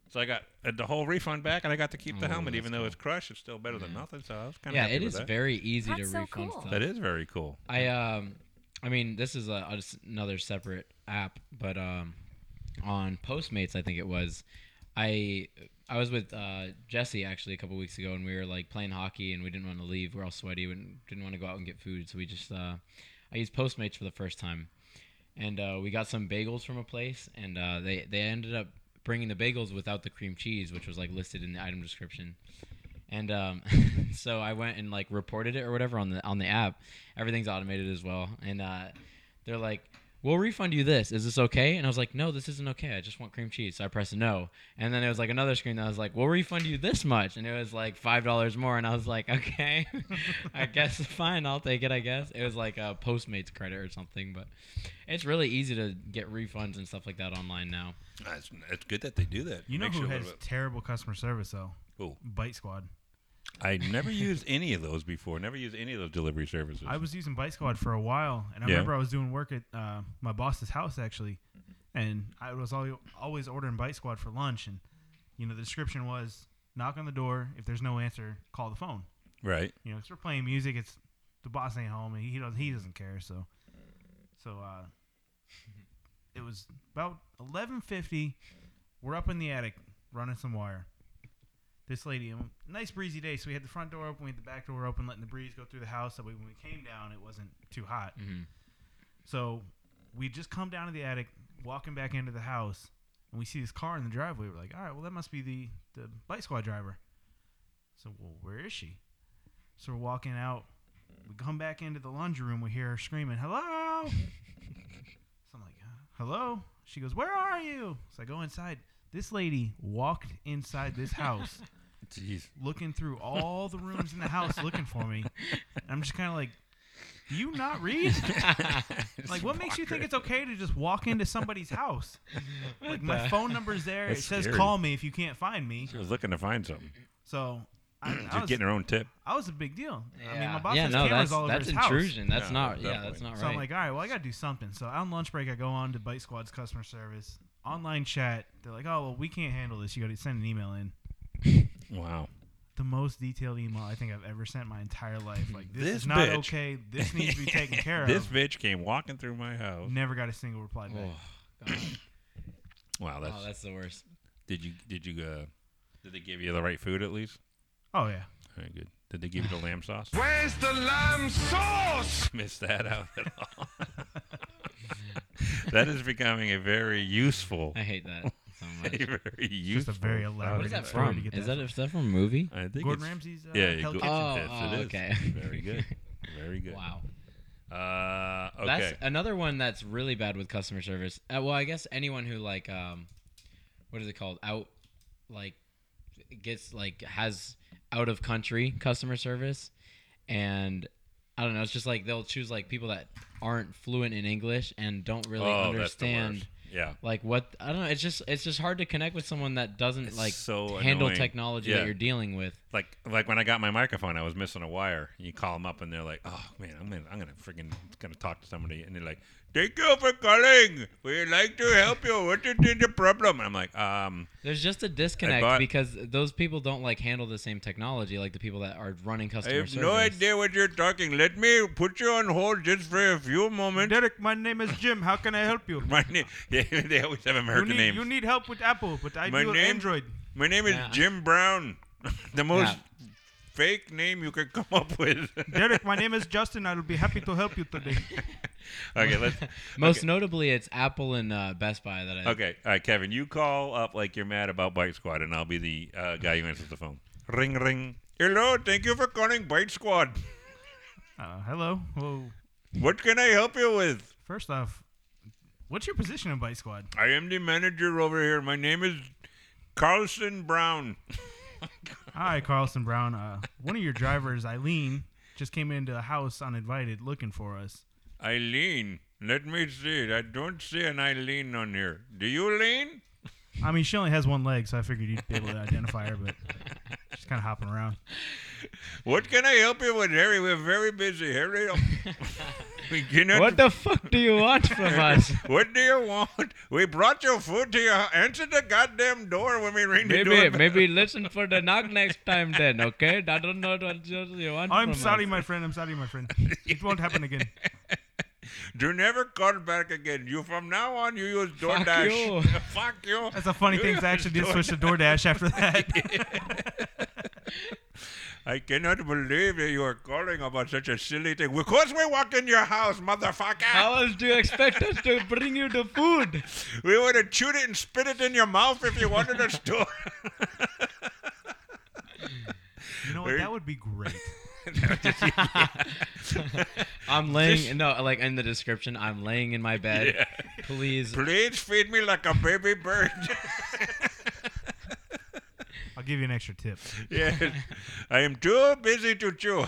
A: So I got uh, the whole refund back, and I got to keep the
B: Oh,
A: helmet,
B: that's
A: even though
B: cool.
A: it's crushed. It's still better than
B: Yeah.
A: nothing. So I was kind of
B: Yeah,
A: happy
B: it
A: with
B: is
A: that.
B: very easy
F: That's
B: to
F: so
B: refund
F: cool.
B: stuff.
A: that is very cool.
B: I um, I mean, this is a, a s- another separate app, but um, on Postmates, I think it was, I I was with uh, Jesse actually a couple weeks ago, and we were like playing hockey, and we didn't want to leave. We are all sweaty, and didn't want to go out and get food, so we just uh, I used Postmates for the first time, and uh, we got some bagels from a place, and uh, they they ended up bringing the bagels without the cream cheese, which was like listed in the item description. And um, so I went and like reported it or whatever on the on the app. Everything's automated as well. And uh, they're like, "We'll refund you this. Is this okay?" And I was like, "No, this isn't okay. I just want cream cheese." So I pressed no. And then there was like another screen that was like, "We'll refund you this much." And it was like five dollars more. And I was like, "Okay, I guess fine. I'll take it. I guess it was like a Postmates credit or something." But it's really easy to get refunds and stuff like that online now.
A: Uh, It's, it's good that they do that.
C: You know
A: Makes
C: who
A: a
C: has
A: little bit-
C: terrible customer service though?
A: Who?
C: Bite Squad.
A: I never used any of those before. Never used any of those delivery services.
C: I was using Bite Squad for a while, and I
A: Yeah.
C: remember I was doing work at uh, my boss's house actually, and I was al- always ordering Bite Squad for lunch, and you know the description was knock on the door. If there's no answer, call the phone.
A: right.
C: You know, 'cause we're playing music. It's the boss ain't home, and he doesn't he doesn't care. So, so uh, it was about eleven fifty. We're up in the attic running some wire. This lady, and nice breezy day, so we had the front door open, we had the back door open, letting the breeze go through the house. That way, when we came down, it wasn't too hot.
B: Mhm.
C: So we just come down to the attic, walking back into the house, and we see this car in the driveway. We're like, all right, well that must be the the bike squad driver. So, well, where is she? So we're walking out. We come back into the laundry room. We hear her screaming, "Hello!" so I'm like, "Huh? "Hello?" She goes, "Where are you?" So I go inside. This lady walked inside this house,
A: Jeez.
C: looking through all the rooms in the house, looking for me. And I'm just kind of like, "Do you not read?" Like, what makes you think it's okay to just walk into somebody's house? Like, my
B: the-
C: phone number's there.
A: That's
C: it says,
A: scary.
C: "Call me if you can't find me."
A: She was looking to find something.
C: So. I, I
A: She's
C: was,
A: getting her own tip.
C: I was a big deal. I mean, my boss
B: yeah,
C: has
B: no,
C: cameras
B: that's
C: all over
B: that's
C: his house.
B: intrusion. That's
A: Yeah,
B: not. Yeah,
A: definitely.
B: that's not
C: So I'm
B: right.
C: like, all right, well, I got to do something. So on lunch break, I go on to Bite Squad's customer service online chat. They're like, oh, well, we can't handle this. You got to send an email in.
A: Wow.
C: The most detailed email I think I've ever sent my entire life. Like, this,
A: This
C: is not
A: bitch.
C: okay. This needs to be taken care
A: This
C: of.
A: bitch came walking through my house.
C: Never got a single reply back.
B: Oh, God.
A: Wow. That's,
B: oh, that's the worst.
A: Did you? Did you? Uh, did they give you the right food at least?
C: Oh, yeah.
A: All right. Good. Did they give you the lamb sauce?
D: Where's the lamb sauce?
A: Missed that out at all. that is becoming a very useful.
B: I hate that so
A: A
B: much.
A: very
C: Just a
A: useful.
C: very
B: Where's
C: elaborate
B: that
C: story to
B: from?
C: get
B: Is
C: that
B: that is that from a movie?
A: I think
C: Gordon
A: it's-
C: Ramsay's uh,
A: Yeah, you
C: Hell
A: go-
C: Kitchen.
B: Oh,
A: Yes,
B: oh,
A: it is.
B: okay.
A: Very good. Very good.
B: Wow.
A: Uh, okay.
B: That's another one that's really bad with customer service. Uh, well, I guess anyone who like um, what is it called? Out, like, gets like has out of country customer service, and I don't know. It's just like they'll choose like people that aren't fluent in English and don't really
A: oh,
B: understand.
A: That's the worst.
B: like what I don't know. It's just it's just hard to connect with someone that doesn't
A: It's
B: like
A: so
B: handle
A: annoying.
B: technology
A: Yeah.
B: that you're dealing with.
A: Yeah, like like when I got my microphone, I was missing a wire. You call them up and they're like, "Oh man, I'm gonna I'm gonna freaking gonna talk to somebody," and they're like, "Thank you for calling. We'd like to help you. What is the problem?" And I'm like, "Um,
B: There's just a disconnect
A: bought-
B: because those people don't like handle the same technology like the people that are running
A: I
B: customer
A: have
B: service.
A: no idea what you're talking. Let me put you on hold just for a few moments."
C: Derek, my name is Jim. How can I help you?
A: My name, yeah, they always have
C: You
A: American
C: need,
A: names.
C: you need help with Apple, but I
A: My
C: do
A: name-
C: Android.
A: My name is
B: Yeah.
A: Jim Brown. the most fake name you could come up with.
C: Derek, my name is Justin. I'll be happy to help you today.
A: okay, let's.
B: Most
A: okay.
B: notably, it's Apple and uh, Best Buy that I.
A: Okay, all right, Kevin, you call up like you're mad about Bite Squad, and I'll be the uh, guy who answers the phone. Ring, ring. Hello, thank you for calling Bite Squad.
C: Uh, hello. Whoa.
A: What can I help you with?
C: First off, what's your position in Bite Squad?
A: I am the manager over here. My name is Carlson Brown.
C: All right, Carlson Brown. Uh, one of your drivers, Eileen, just came into the house uninvited looking for us.
A: Eileen. Let me see. I don't see an Eileen on here. Do you, Lean?
C: I mean, she only has one leg, so I figured you'd be able to identify her, but she's kind of hopping around.
A: What can I help you with, Harry? We're very busy, Harry. we cannot.
B: What the fuck do you want from us?
A: What do you want? We brought your food to your house. Answer the goddamn door when we ring the door.
B: Maybe maybe listen for the knock next time then, okay? I don't know what you you want
C: I'm
B: from
C: sorry,
B: us.
C: my friend. I'm sorry, my friend. It won't happen again.
A: Do never call back again. You from now on you use
B: Fuck
A: DoorDash.
B: you.
A: Fuck you.
C: That's a funny
A: You
C: thing. 'cause I
A: use
C: actually did switch to DoorDash after that.
A: I cannot believe that you are calling about such a silly thing. Of course we walked in your house, motherfucker.
B: How else do you expect us to bring you the food?
A: We would have chewed it and spit it in your mouth if you wanted us to.
C: You know what? That would be great.
B: I'm laying no, like in the description, I'm laying in my bed. Please
A: Please feed me like a baby bird.
C: I'll give you an extra tip.
A: yes. I am too busy to chew.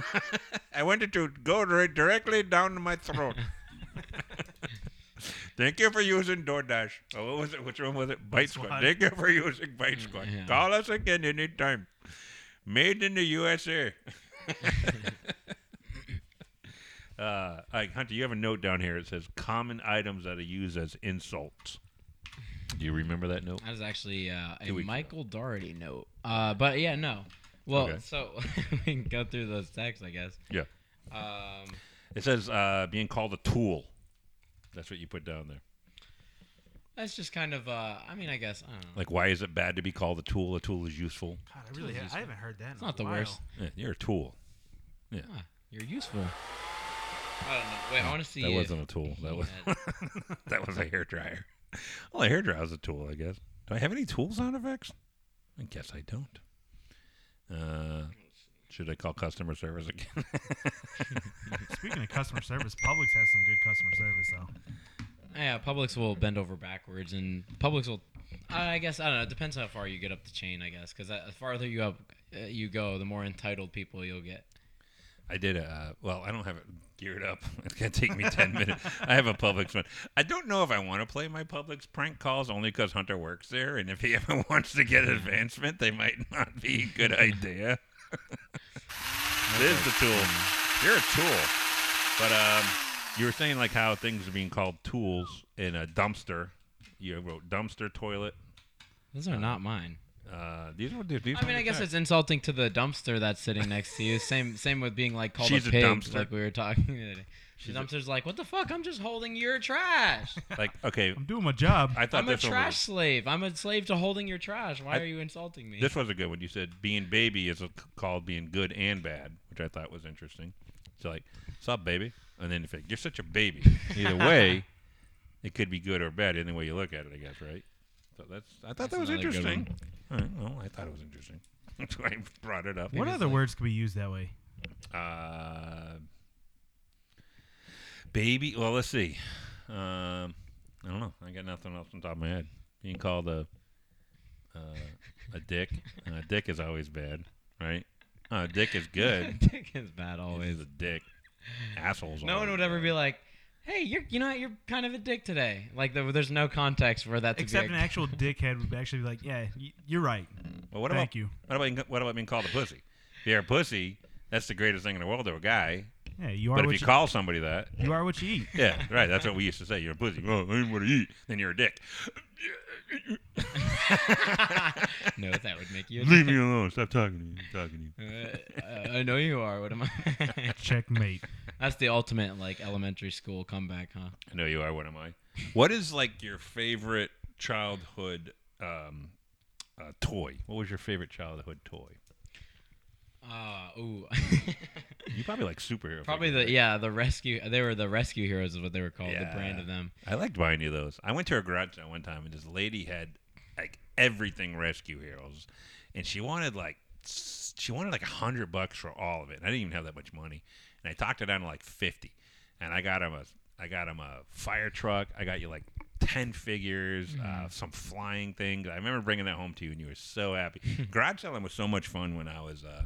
A: I wanted to go right directly down my throat. Thank you for using DoorDash. Oh, what was it? Which one was it? Bite Squad.
C: Squad.
A: Thank you for using Bite Squad.
B: yeah.
A: Call us again anytime. Made in the USA. uh, I, Hunter, you have a note down here. It says common items that are used as insults. Do you remember that note?
B: That was actually uh, a
A: Two weeks ago.
B: Michael Doherty note. Uh, but yeah, no. Well,
A: Okay.
B: so we can go through those texts, I guess.
A: Yeah.
B: Um,
A: It says uh, being called a tool. That's what you put down there.
B: that's just kind of. Uh, I mean, I guess I don't know.
A: Like, why is it bad to be called a tool? A tool is useful.
C: God, I really, ha- I haven't heard that.
B: it's not the worst.
A: Yeah, you're a tool.
B: Huh, Ah, you're useful. I don't know. Wait, I want to see.
A: That
B: if
A: wasn't a tool.
B: he
A: That was
B: had-
A: that was a hair dryer. Well, a hair dryer is a tool, I guess. Do I have any tool sound effects? I guess I don't. Uh, should I call customer service again?
C: Speaking of customer service, Publix has some good customer service though.
B: yeah, Publix will bend over backwards, and Publix will. I guess I don't know. It depends how far you get up the chain, I guess, because the farther you up uh, you go, the more entitled people you'll get.
A: I did a uh, well. I don't have it geared up. It's gonna take me ten minutes. I have a Publix one. I don't know if I want to play my Publix prank calls only because Hunter works there, and if he ever wants to get advancement, they might not be a good idea. it is the tool. You're a tool, but um, you were saying like how things are being called tools in a dumpster. You wrote dumpster toilet.
B: Those are not mine.
A: Uh, these are these.
B: I mean, I guess it's insulting to the dumpster that's sitting next to you. Same, same with being like called
A: She's a
B: a pig,
A: dumpster.
B: like we were talking. The other day. The
A: She's a-
B: dumpster's like, what the fuck? I'm just holding your trash.
A: like okay.
C: I'm doing my job.
A: I thought
B: I'm a
A: this one was-
B: trash slave. I'm a slave to holding your trash. Why
A: I-
B: are you insulting me?
A: This was a good one. You said being baby is a, called being good and bad, which I thought was interesting. So like, "Sup, baby," and then if it, you're such a baby, either way, it could be good or bad. Any way you look at it, I guess, right? So that's. I thought that was
B: another good
A: interesting. All right, well, I thought it was interesting. That's why I brought it up.
C: what other words could be used that way?
A: Uh, baby. Well, let's see. Um, I don't know. I got nothing else on top of my head. Being called a uh, a dick. And a dick is always bad, right? Uh, a dick is good.
B: Dick is bad always.
A: Always a dick. Assholes.
B: No one would ever be like, hey, you're, you know what? You're kind of a dick today. Like there, there's no context for that to
C: Except
B: be.
C: an
B: a-
C: actual dickhead would actually be like, "Yeah, y- you're right.
A: Well, what
C: Thank
A: about
C: you.
A: What about what about being called a pussy? If you're a pussy, that's the greatest thing in the world to a guy.
C: Yeah, you are
A: But if
C: what
A: you
C: you,
A: call somebody that,
C: you are what you eat."
A: yeah, right. That's what we used to say. You're a pussy. Oh, I ain't what to eat. Then you're a dick.
B: no, that would make you. a
A: Leave
B: dick.
A: me alone. Stop talking to me. I'm talking to you.
B: Uh, I know you are. What am I?
C: Checkmate.
B: that's the ultimate like elementary school comeback, huh?
A: I know you are. What am I? What is like your favorite childhood um, uh, toy? What was your favorite childhood toy?
B: Ah, ooh.
A: You probably like superhero.
B: Probably
A: figures,
B: the yeah the rescue they were the rescue heroes is what they were called
A: Yeah.
B: the brand of them.
A: right? I liked buying you those. I went to a garage sale one time, and this lady had like everything Rescue Heroes, and she wanted like s- she wanted like a hundred bucks for all of it. And I didn't even have that much money, and I talked her down to like fifty, and I got him a I got him a fire truck. I got you like ten figures,
B: Mm-hmm.
A: uh, some flying thing. I remember bringing that home to you, and you were so happy. Garage selling was so much fun when I was. Uh,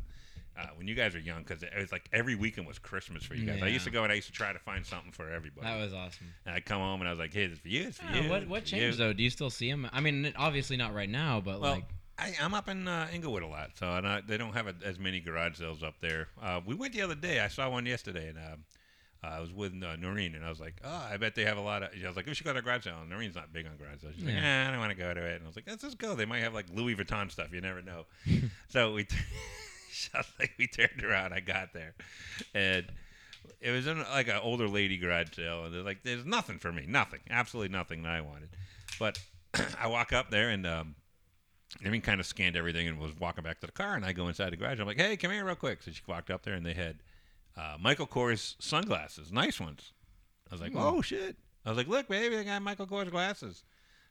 A: uh, when you guys were young, because it was like every weekend was Christmas for you guys. I used
B: Yeah.
A: to go and I used to try to find something for everybody.
B: That was awesome.
A: and I'd come home and I was like, "Hey, this is for you. It's for
B: Yeah,
A: you."
B: Oh, what
A: it's
B: what
A: for
B: changed
A: you."
B: though? Do you still see him? I mean, obviously not right now, but
A: Well,
B: like
A: I, I'm up in uh, Inglewood a lot, so and I, they don't have a, as many garage sales up there. Uh, we went the other day. I saw one yesterday, and um uh, I was with uh, Noreen, and I was like, "Oh, I bet they have a lot of." I was like, "We should go to a garage sale." And Noreen's not big on garage sales. She's like,
B: Yeah.
A: "Nah, I don't want to go to it." And I was like, "Let's just go. They might have like Louis Vuitton stuff. You never know." so we, t- so, like, we turned around. I got there, and it was in like an older lady garage sale, and they're like, "There's nothing for me, nothing, absolutely nothing that I wanted." But I walk up there, and um, I mean, kind of scanned everything and was walking back to the car, and I go inside the garage. I'm like, "Hey, come here, real quick." So she walked up there, and they had uh, Michael Kors sunglasses, nice ones. I was like,
B: Hmm.
A: "Oh shit!" I was like, "Look, baby, I got Michael Kors glasses."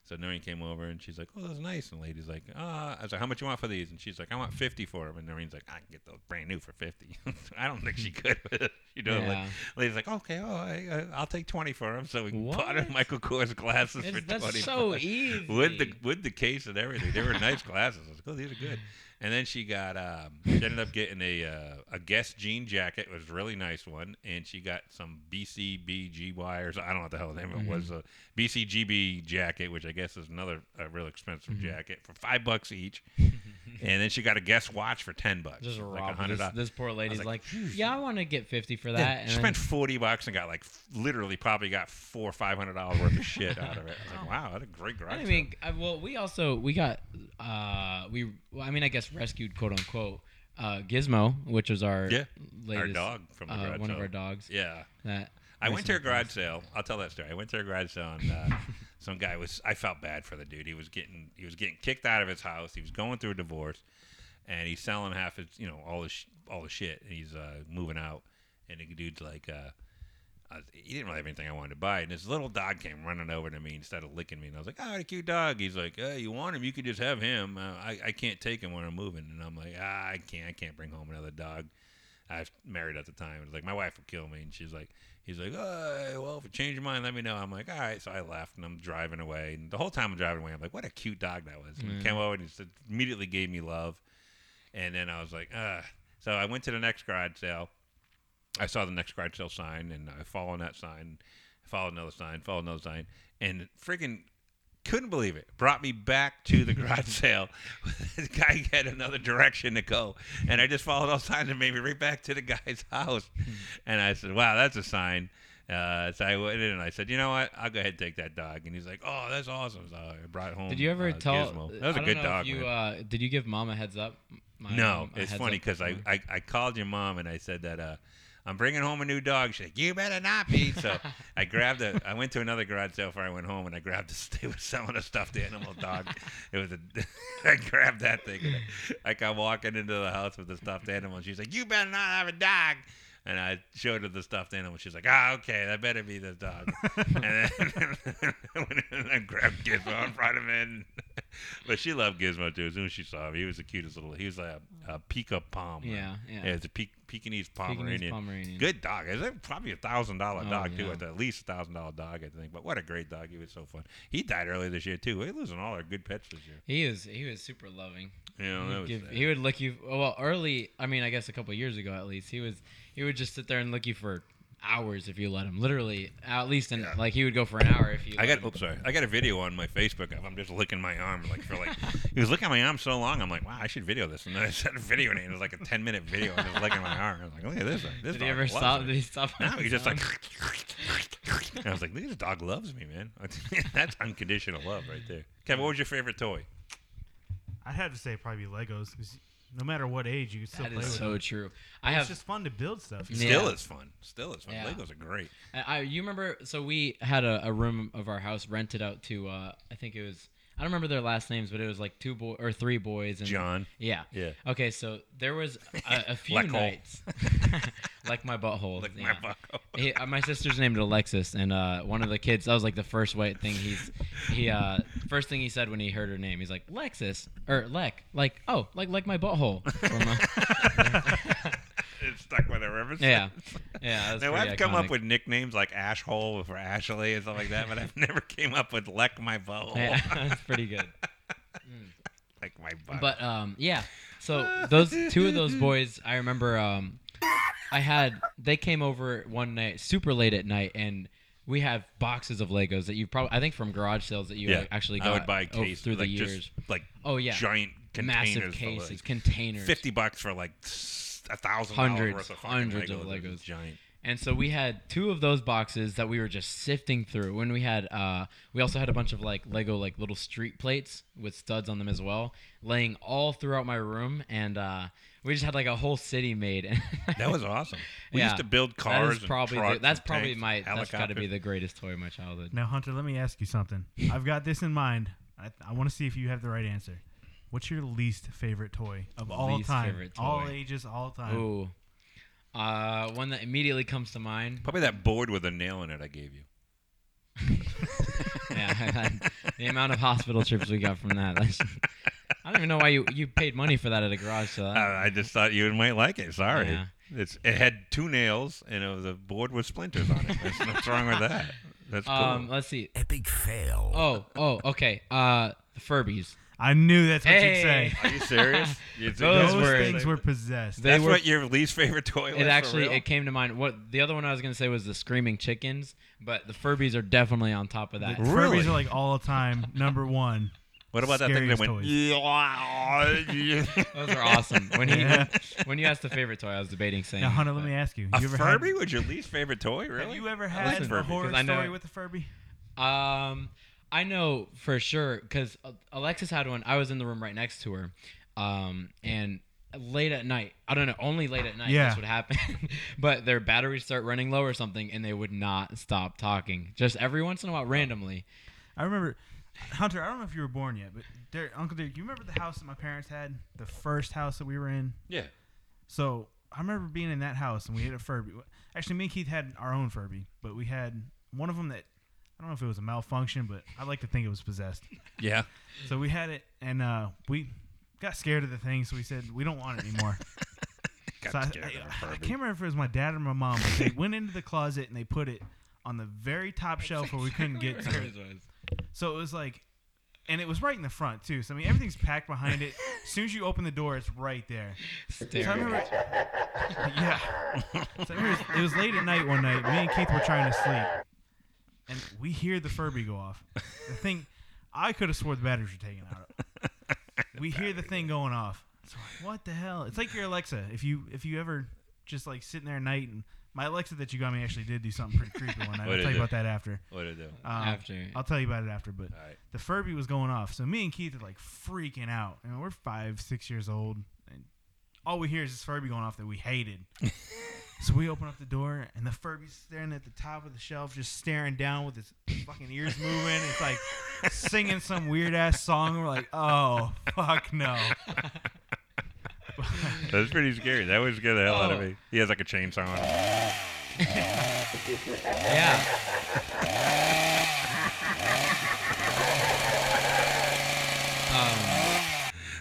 A: So Noreen came over and she's like, "Oh, those are nice." And the lady's like, "Uh," I was like, "How much you want for these?" And she's like, "I want fifty for them." And Noreen's like, "I can get those brand new for 50 I don't think she could. but, you know, like,
B: Yeah.
A: lady's like, "Okay, oh, I, I- I'll take twenty for them." So we bought her
B: What?
A: Michael Kors glasses
B: it's-
A: for twenty.
B: that's so
A: bucks
B: easy.
A: with the with the case and everything. They were nice glasses. I was like, oh, these are good. And then she got um, she ended up getting a uh, a guest jean jacket. It was a really nice one, and she got some BCBGY or so, I don't know what the hell the name of it was.
B: Mm-hmm.
A: uh, A BCGB jacket, which I guess is another a real expensive
B: Mm-hmm.
A: jacket for five bucks each. and then she got a guest watch for ten bucks,
B: just
A: It was
B: robbed
A: $100.
B: this, this poor lady's
A: like,
B: like, yeah, I want to get fifty for that.
A: Yeah,
B: and
A: she
B: then-
A: spent forty bucks and got like f- literally probably got four five hundred dollars worth of shit out of it. I was like, wow, what a great garage.
B: Oh. I
A: sale.
B: mean, I, well, we also we got uh we well, I mean I guess rescued quote unquote uh Gizmo, which was our
A: Yeah,
B: latest,
A: dog from the
B: uh,
A: garage
B: one of
A: sale.
B: our dogs.
A: yeah.
B: That
A: I went to a
B: recently
A: garage sale. I'll tell that story. I went to a garage sale and uh, some guy was. I felt bad for the dude. He was getting he was getting kicked out of his house. He was going through a divorce, and he's selling half his you know all his sh- all his shit. And he's uh, moving out, and the dude's like. Uh, I, he didn't really have anything I wanted to buy, and this little dog came running over to me and started licking me, and I was like, "Oh, what a cute dog!" He's like, "Hey, you want him? You could just have him. Uh, I, I can't take him when I'm moving." And I'm like, ah, "I can't, I can't bring home another dog." I was married at the time. It was like my wife would kill me, and she's like, he's like, oh, well, if you change your mind, let me know. I'm like, all right. So I left, and I'm driving away. And the whole time I'm driving away, I'm like, what a cute dog that was. And he came over and he said- immediately gave me love. And then I was like, ah. So I went to the next garage sale. I saw the next garage sale sign, and I followed that sign, followed another sign, followed another sign, and freaking couldn't believe it. Brought me back to the garage sale. the guy had another direction to go, and I just followed all signs and made me right back to the guy's house. And I said, "Wow, that's a sign." Uh, so I went in and I said, "You know what? I'll go ahead and take that dog." And he's like, "Oh, that's awesome!" So I brought home.
B: Did you ever
A: uh,
B: tell?
A: Gizmo. That was
B: I
A: a
B: don't
A: good
B: know if
A: dog. man.
B: You uh, did you give mom a heads up? My,
A: No,
B: um, a
A: it's
B: heads
A: funny
B: up?
A: because I, I, I called your mom and I said that uh, I'm bringing home a new dog. She's like, you better not be. So I grabbed a, I went to another garage sale before I went home and I grabbed this. They were selling a stuffed animal dog. It was a, I grabbed that thing. And I, like I'm walking into the house with the stuffed animal. And she's like, you better not have a dog. And I showed her the stuffed animal. She's like, ah, okay, that better be this dog. and then I went in and I grabbed Gizmo and brought him in. But she loved Gizmo too. As soon as she saw him, he was the cutest little. He was like a, a Pika Palm.
B: Yeah, yeah.
A: It's a Pe- Pekingese Pomeranian.
B: Pomeranian.
A: Good dog. It's like probably a thousand dollar
B: Oh,
A: dog too.
B: yeah.
A: At the least a thousand dollar dog, I think. But what a great dog. He was so fun. He died earlier this year too. We're losing all our good pets this year.
B: He was he was super loving.
A: You know, that
B: He'd
A: was
B: give-
A: sad.
B: he would look you oh, well early. I mean, I guess a couple years ago at least he was he would just sit there and look you for hours if you let him. Literally, at least and like he would go for an hour if you.
A: I
B: let
A: got
B: him.
A: oops, sorry. I got a video on my Facebook of him just licking my arm like for like he was licking my arm so long I'm like, wow, I should video this. And then I started videoing it. It was like a ten minute video and just licking my arm. I was like, look at this. one. This
B: Did he
A: dog
B: ever
A: loves
B: stop?
A: me.
B: Did he stop?
A: No,
B: on
A: he's
B: his
A: just
B: own?
A: like and I was like, this dog loves me, man. That's unconditional love right there. Kevin, what was your favorite toy?
C: I'd have to say probably Legos. 'cause No matter what age, you can still
B: That
C: play
B: is
C: with
B: so
C: them.
B: true. I
C: It's
B: have
C: just fun to build stuff.
B: Yeah.
A: Still is fun. Still is fun.
B: Yeah.
A: Legos are great.
B: I, I you remember so we had a, a room of our house rented out to uh I think it was I don't remember their last names, but it was like two boy or three boys and
A: John.
B: Yeah.
A: Yeah.
B: Okay, so there was a, a few
A: Like all.
B: nights like my butthole.
A: Like
B: yeah.
A: my bucko.
B: He- uh, my sister's named Alexis, and uh, one of the kids. That was like the first white thing he's he uh, first thing he said when he heard her name. He's like Lexus or Lek, like oh, like like my butthole. From, uh,
A: It's stuck with her ever since.
B: Yeah, yeah. that's
A: Now
B: pretty
A: I've come up
B: iconic.
A: with nicknames like Ashhole for Ashley and stuff like that, but I've never came up with Leck My Bow.
B: Yeah, that's pretty good.
A: Leck My Butt.
B: But um, yeah. So those two of those boys, I remember. Um, I had they came over one night, super late at night, and we have boxes of Legos that you probably, I think, from garage sales that you
A: yeah,
B: actually
A: I
B: got
A: would buy
B: o-
A: case
B: through
A: like
B: the
A: just,
B: years.
A: like
B: oh yeah,
A: giant containers,
B: massive
A: for, like,
B: cases, containers,
A: fifty bucks for like s- a thousand dollars
B: Hundreds,
A: worth of fucking
B: hundreds of
A: Legos. It was
B: Legos.
A: Giant.
B: And so we had two of those boxes that we were just sifting through. When we had, uh, we also had a bunch of like Lego like little street plates with studs on them as well, laying all throughout my room, and uh, we just had like a whole city made. And
A: That was awesome. We
B: Yeah.
A: used to build
B: That
A: cars.
B: is probably
A: and trucks
B: the, that's
A: and
B: probably
A: tanks,
B: my
A: and
B: that's got to be
A: helicopters.
B: the greatest toy of my childhood.
C: Now, Hunter, let me ask you something. I've got this in mind. I, I want to see if you have the right answer. What's your least favorite toy of all
B: Least
C: time?
B: favorite
C: All
B: toy.
C: ages, all time.
B: Ooh, uh, one that immediately comes to mind.
A: probably that board with a nail in it I gave you.
B: yeah, the amount of hospital trips we got from that. That's- I don't even know why you you paid money for that at a garage sale.
A: Uh, I just thought you might like it. Sorry.
B: Yeah.
A: It's it had two nails and it was a board with splinters on it. That's, what's wrong with that? That's cool.
B: Um, let's see.
F: Epic fail.
B: Oh, oh, okay. Uh, the Furbies.
C: I knew that's what
B: Hey.
C: you'd say.
A: Are you serious? You think
B: Those
C: Those,
A: that's
B: were-
C: things were possessed.
B: They
A: That's
B: were-
A: what your least favorite toy was.
B: It
A: for
B: actually
A: real?
B: it came to mind. What the other one I was gonna say was the screaming chickens, but the Furbies are definitely on top of that.
A: The-
C: Furbies
A: Really?
C: are like all time number one.
A: What about that thing that went?
B: Those are awesome. When he
C: Yeah.
B: when you asked the favorite toy, I was debating saying.
C: Now, Hunter,
B: but-
C: let me ask you.
A: a
C: you ever
A: Furby
C: Had,
A: was your least favorite toy, really?
C: Have you ever
A: I
C: had
A: liked
C: a
A: Furby.
C: horror
B: 'Cause I know
C: story
B: it-
C: with a Furby?
B: Um, I know for sure because Alexis had one. I was in the room right next to her, um, and late at night. I don't know. Only late at night.
C: Yeah.
B: This would happen. but their batteries start running low or something, and they would not stop talking. Just every once in a while, randomly.
C: I remember, Hunter. I don't know if you were born yet, but Derek, Uncle Derek, you remember the house that my parents had, the first house that we were in.
A: Yeah.
C: So I remember being in that house and we had a Furby. Actually, me and Keith had our own Furby, but we had one of them that I don't know if it was a malfunction, but I like to think it was possessed.
A: Yeah.
C: So we had it, and uh, we got scared of the thing, so we said we don't want it anymore.
A: Got
C: so I,
A: scared of a
C: I, I
A: Furby.
C: can't remember if it was my dad or my mom, but they went into the closet and they put it on the very top shelf where we couldn't get to it. So it was like, and it was right in the front too. So I mean, everything's packed behind it. As soon as you open the door, it's right there. So I
B: Staring.
C: remember, yeah. So I remember it was- it was late at night one night. Me and Keith were trying to sleep, and we hear the Furby go off. The thing, I could have swore the batteries were taken out. We hear the thing going off. So we're like, what the hell? It's like your Alexa. If you if you ever just like sitting there at night and my Alexa that you got me actually did do something pretty creepy one night.
A: What
C: I'll
A: did
C: tell you
A: it?
C: about that after.
A: What did it do?
C: Um,
B: After.
C: I'll tell you about it after, but
A: All right.
C: the Furby was going off. So me and Keith are like freaking out. And we're five, six years old. And all we hear is this Furby going off that we hated. so we open up the door and the Furby's staring at the top of the shelf, just staring down with his fucking ears moving. It's like singing some weird ass song. We're like, oh, fuck no.
A: That's pretty scary. That was scared the hell out of
B: Oh.
A: me. He has like a chainsaw. On him.
B: Yeah. um,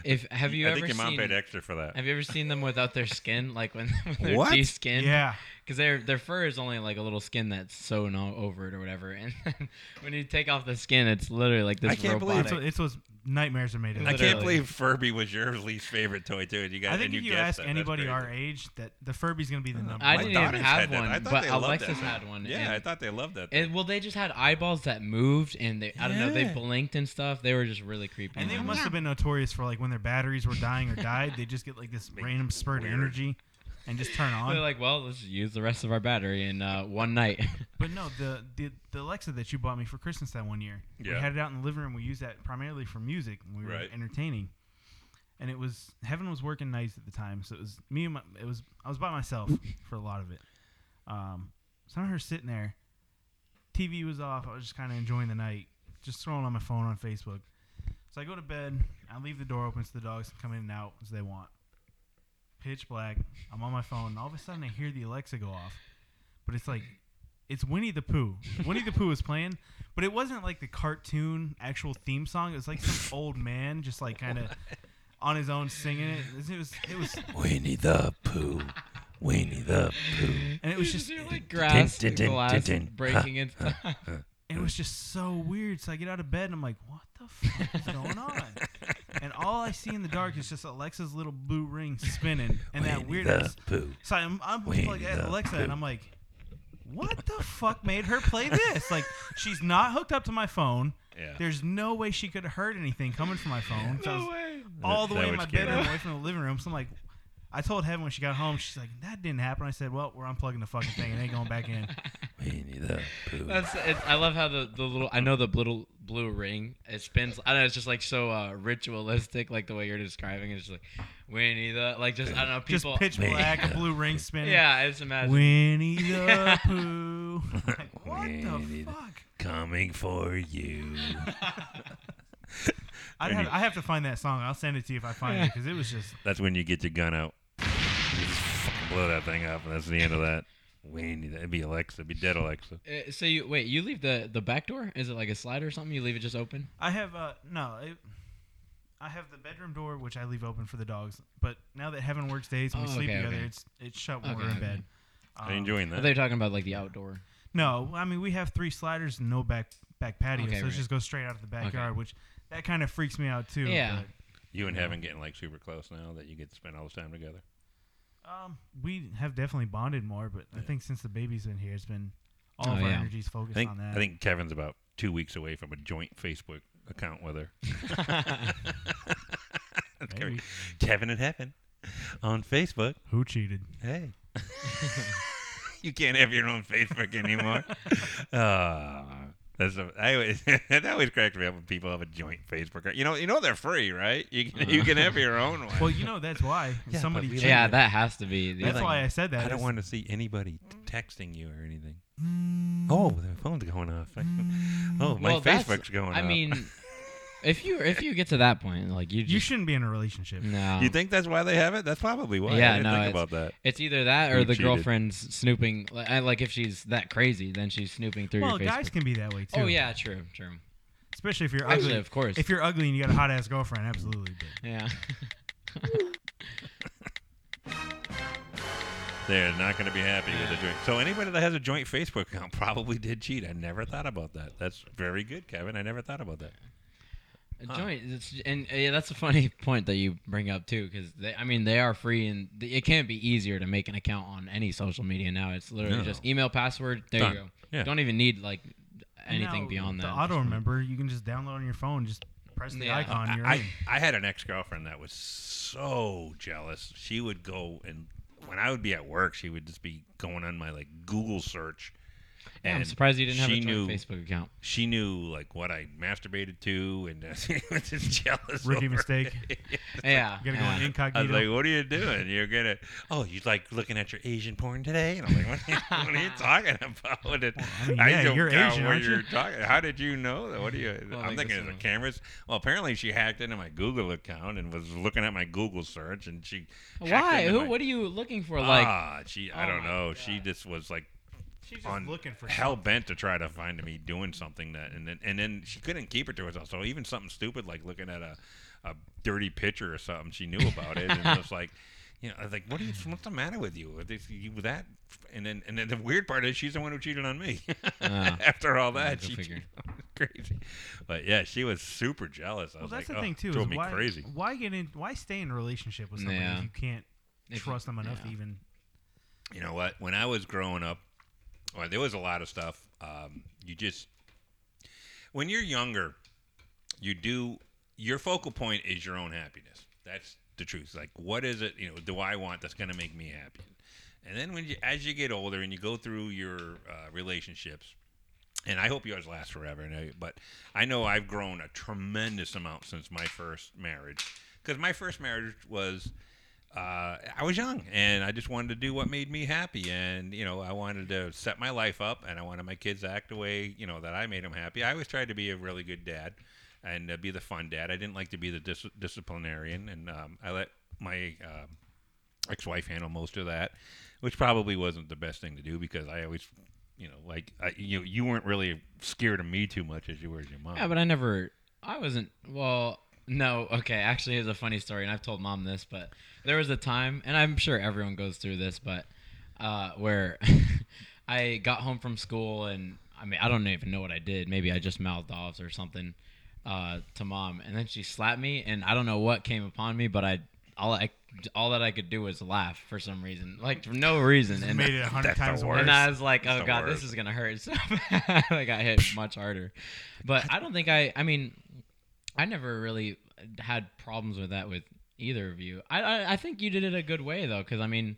B: if have you
A: I
B: ever
A: think your mom
B: seen,
A: paid extra for that.
B: Have you ever seen them without their skin, like when, when they're
A: What?
B: de-skinned?
C: Yeah.
B: because their their fur is only like a little skin that's sewn all over it or whatever. And when you take off the skin, it's literally like this
A: I can't believe
B: robotic.
C: It's what, it's what nightmares are made of.
A: I can't
B: Literally.
A: believe Furby was your least favorite toy too. And you got
C: I think
A: and
C: if you
A: guessed
C: ask
A: that. That's
C: anybody
A: crazy.
C: our age, that the Furby's going to be the number
B: Uh,
A: My
B: I
C: one.
B: didn't even
A: daughters
B: have
A: had that.
B: one,
A: I thought
B: but
A: they loved
B: Alexis
A: that thing.
B: had one,
A: Yeah,
B: and-
A: I thought they loved that. thing.
B: It, well, they just had eyeballs that moved, and they I don't know, they
A: Yeah.
B: blinked and stuff. They were just really creepy.
C: And they must have been notorious for like when their batteries were dying or died, they just get like this random spurt of
A: weird.
C: energy and just turn
B: They're
C: on.
B: like, well, let's just use the rest of our battery in uh, one night.
C: but no, the, the the Alexa that you bought me for Christmas that one year,
A: Yeah.
C: we had it out in the living room. We used that primarily for music when we were
A: Right.
C: entertaining. And it was Heaven was working nights at the time, so it was me and my, it was I was by myself for a lot of it. Um, so I remember sitting there, TV was off. I was just kind of enjoying the night, just scrolling on my phone on Facebook. So I go to bed. I leave the door open so the dogs can come in and out as they want. Pitch black. I'm on my phone. And all of a sudden, I hear the Alexa go off. But it's like, it's Winnie the Pooh. Winnie the Pooh is playing, but it wasn't like the cartoon actual theme song. It was like some old man just like kind of on his own singing it. It was it was
A: Winnie the Pooh. Weenie the Pooh.
C: and it was just
B: You
C: it,
B: like grass,
A: din- din-
B: glass
A: din- din.
B: breaking and stuff.
C: it was just so weird. So I get out of bed and I'm like, what the fuck is going on? And all I see in the dark is just Alexa's little blue ring spinning and that
A: Winnie
C: weird.
A: the Pooh.
C: So I'm, I'm
A: Winnie
C: like at
A: the
C: Alexa
A: Pooh.
C: and I'm like, what the fuck made her play this? Like she's not hooked up to my phone.
A: Yeah.
C: There's no way she could have heard anything coming from my phone. So I was
B: No way.
C: all the
A: That
C: way in
A: would
C: my
A: scare
C: bedroom,
A: her.
C: away from the living room. So I'm like, I told Heaven when she got home, she's like, that didn't happen. I said, well, we're unplugging the fucking thing. It ain't going back in.
A: Weenie the Pooh.
B: That's it, I love how the, the little I know the little blue ring it spins. I don't know it's just like so uh, ritualistic, like the way you're describing it. It's just like Winnie the like just I don't know
C: Just
B: people.
C: pitch
A: Winnie
C: black, a
A: the
C: blue ring spinning.
B: yeah, I just imagine.
C: Winnie the Pooh. Like, what
A: Winnie
C: the
A: the-
C: fuck?
A: Coming for you.
C: I'd
A: There
C: have,
A: you-
C: I have to find that song. I'll send it to you if I find it because it was just.
A: That's when you get your gun out. You just fucking blow that thing up, and that's the end of that. Weenie, that'd be Alexa, it'd be dead Alexa.
B: Uh, so you wait, you leave the the back door? Is it like a slide or something? You leave it just open?
C: I have uh no. It, I have the bedroom door which I leave open for the dogs. But now that Heaven works days and we
B: Oh,
C: sleep
B: okay,
C: together,
B: okay.
C: it's it's shut when
B: Okay,
C: we're in
B: okay.
C: bed.
A: Are you
C: Um,
A: enjoying
B: Are
A: that?
B: they talking about like the outdoor?
C: No, I mean we have three sliders and no back back patio,
B: Okay,
C: so it
B: right.
C: just goes straight out of the backyard, which that kind of freaks me out too.
B: Yeah.
A: You and Heaven getting like super close now that you get to spend all this time together.
C: but, um, we have definitely bonded more, but I think since the baby's been here, it's been all of
B: Oh,
C: our
B: yeah.
C: energies focused
A: I think
C: on that.
A: I think Kevin's about two weeks away from a joint Facebook account with her. That's
C: Maybe.
A: great. Kevin and Heaven on Facebook.
C: who cheated?
A: Hey. you can't have your own Facebook anymore. Ah, that's a, I always, that always cracks me up when people have a joint Facebook. You know, you know they're free, right? You can, you can have your own one.
C: Well, you know that's why
A: Yeah,
C: somebody
A: but we
C: cheated.
A: like-
B: Yeah, that has to be. The,
C: that's
B: like,
C: why I said that.
A: I don't
C: is-
A: want to see anybody texting you or anything.
C: Mm.
A: Oh, the phone's going off. Oh, my
B: well, that's-
A: Facebook's going off.
B: I mean, if you if you get to that point, like you just
C: you shouldn't be in a relationship.
A: Mm,
B: no.
A: you think that's why they have it? That's probably why.
B: Um, Yeah,
A: I didn't
B: no,
A: think
B: it's-
A: about that.
B: It's either that or
A: Who
B: the
A: cheated?
B: girlfriend's snooping. Like, I- like if she's that crazy, then she's snooping through
C: Well,
B: your Mm, Facebook.
C: guys can be that way too.
B: oh yeah, true, true.
C: especially if you're
B: Actually,
C: ugly.
B: of course.
C: If you're ugly and you got a hot ass girlfriend, absolutely. But
B: yeah.
A: They're not going to be happy with a joint. So anybody that has a joint Facebook account probably did cheat. I never thought about that. That's very good, Kevin. I never thought about that.
B: A joint, it's, and uh, yeah, that's a funny point that you bring up too, because I mean they are free, and th- it can't be easier to make an account on any social media now. It's literally
A: No.
B: just email, password. There
A: Done.
B: you go.
A: Yeah.
B: Don't even need like
C: And
B: anything
C: now
B: beyond
C: the
B: that.
C: auto remember, you can just download on your phone, just press the
B: Yeah.
C: icon. You're
A: I,
C: in.
A: I had an ex girlfriend that was so jealous. She would go and when I would be at work, she would just be going on my like Google search.
B: Yeah, I'm
A: and
B: surprised you didn't have a
A: she
B: joint
A: knew-
B: Facebook account.
A: She knew like what I masturbated to, and uh, she was just jealous.
C: Rookie
A: over
C: mistake.
A: it.
B: Yeah.
C: You gotta
B: yeah.
C: go
A: I was
C: incognito.
A: like, "What are you doing? You're gonna oh, you like looking at your Asian porn today?" And I'm like, "What are you, what are you talking about?" And
C: I mean,
A: I
C: yeah,
A: don't
C: you're
A: know
C: Asian,
A: what
C: aren't you?
A: you're talking. How did you know that? What are you?
B: Well,
A: I'm
B: like
A: thinking
B: this
A: it's the
B: one.
A: cameras. Well, apparently she hacked into my Google account and was looking at my Google search, and she hacked
B: Why?
A: into
B: Who?
A: my-
B: What are you looking for? Like,
A: ah, she. I
B: Oh
A: don't
B: my
A: know. She just was like
C: She's just
A: on
C: looking for
A: hell bent to try to find me doing something that and then and then she couldn't keep it to herself. So even something stupid like looking at a, a dirty picture or something, she knew about it and it was like you know, I was like, what are you, what's the matter with you? Are this- you that, and then, and then the weird part is she's the one who cheated on me. Ah.
B: uh,
A: After all that,
B: go
A: she
B: figure.
A: crazy. But yeah, she was super jealous. I
C: Well,
A: was
C: that's
A: like,
C: the
A: oh,
C: thing too.
A: drove
C: Is
A: me
C: why,
A: crazy.
C: why get in? Why stay in a relationship with somebody
B: Yeah.
C: if you can't
B: If you-
C: trust them enough to
B: yeah.
C: even?
A: you know what? When I was growing up, well, there was a lot of stuff. Um, you just when you're younger, you do your focal point is your own happiness. That's the truth. Like, what is it? You know, do I want that's going to make me happy? And then when you, as you get older and you go through your uh, relationships, and I hope yours lasts forever. And I, but I know I've grown a tremendous amount since my first marriage, because my first marriage was uh, I was young and I just wanted to do what made me happy. And, you know, I wanted to set my life up and I wanted my kids to act the way, you know, that I made them happy. I always tried to be a really good dad and uh, be the fun dad. I didn't like to be the dis- disciplinarian. And um, I let my uh, ex wife handle most of that, which probably wasn't the best thing to do because I always. You know, like I, you, you weren't really scared of me too much as you were as your mom.
B: yeah, but I never. I wasn't. Well, No, okay. Actually, it's a funny story, and I've told mom this, but there was a time, and I'm sure everyone goes through this, but uh, where I got home from school, and I mean, I don't even know what I did. Maybe I just mouthed off or something uh, to mom, and then she slapped me, and I don't know what came upon me, but I all I all that I could do was laugh for some reason, like for no reason, and
C: made it a hundred
A: That's the
C: times
A: worst.
C: worse.
B: and I was like,
A: It's
B: oh
A: the
B: god,
A: worst.
B: this is gonna hurt so bad. I got hit much harder, but I don't think I. I mean, I never really had problems with that with either of you. I I, I think you did it a good way though, because I mean,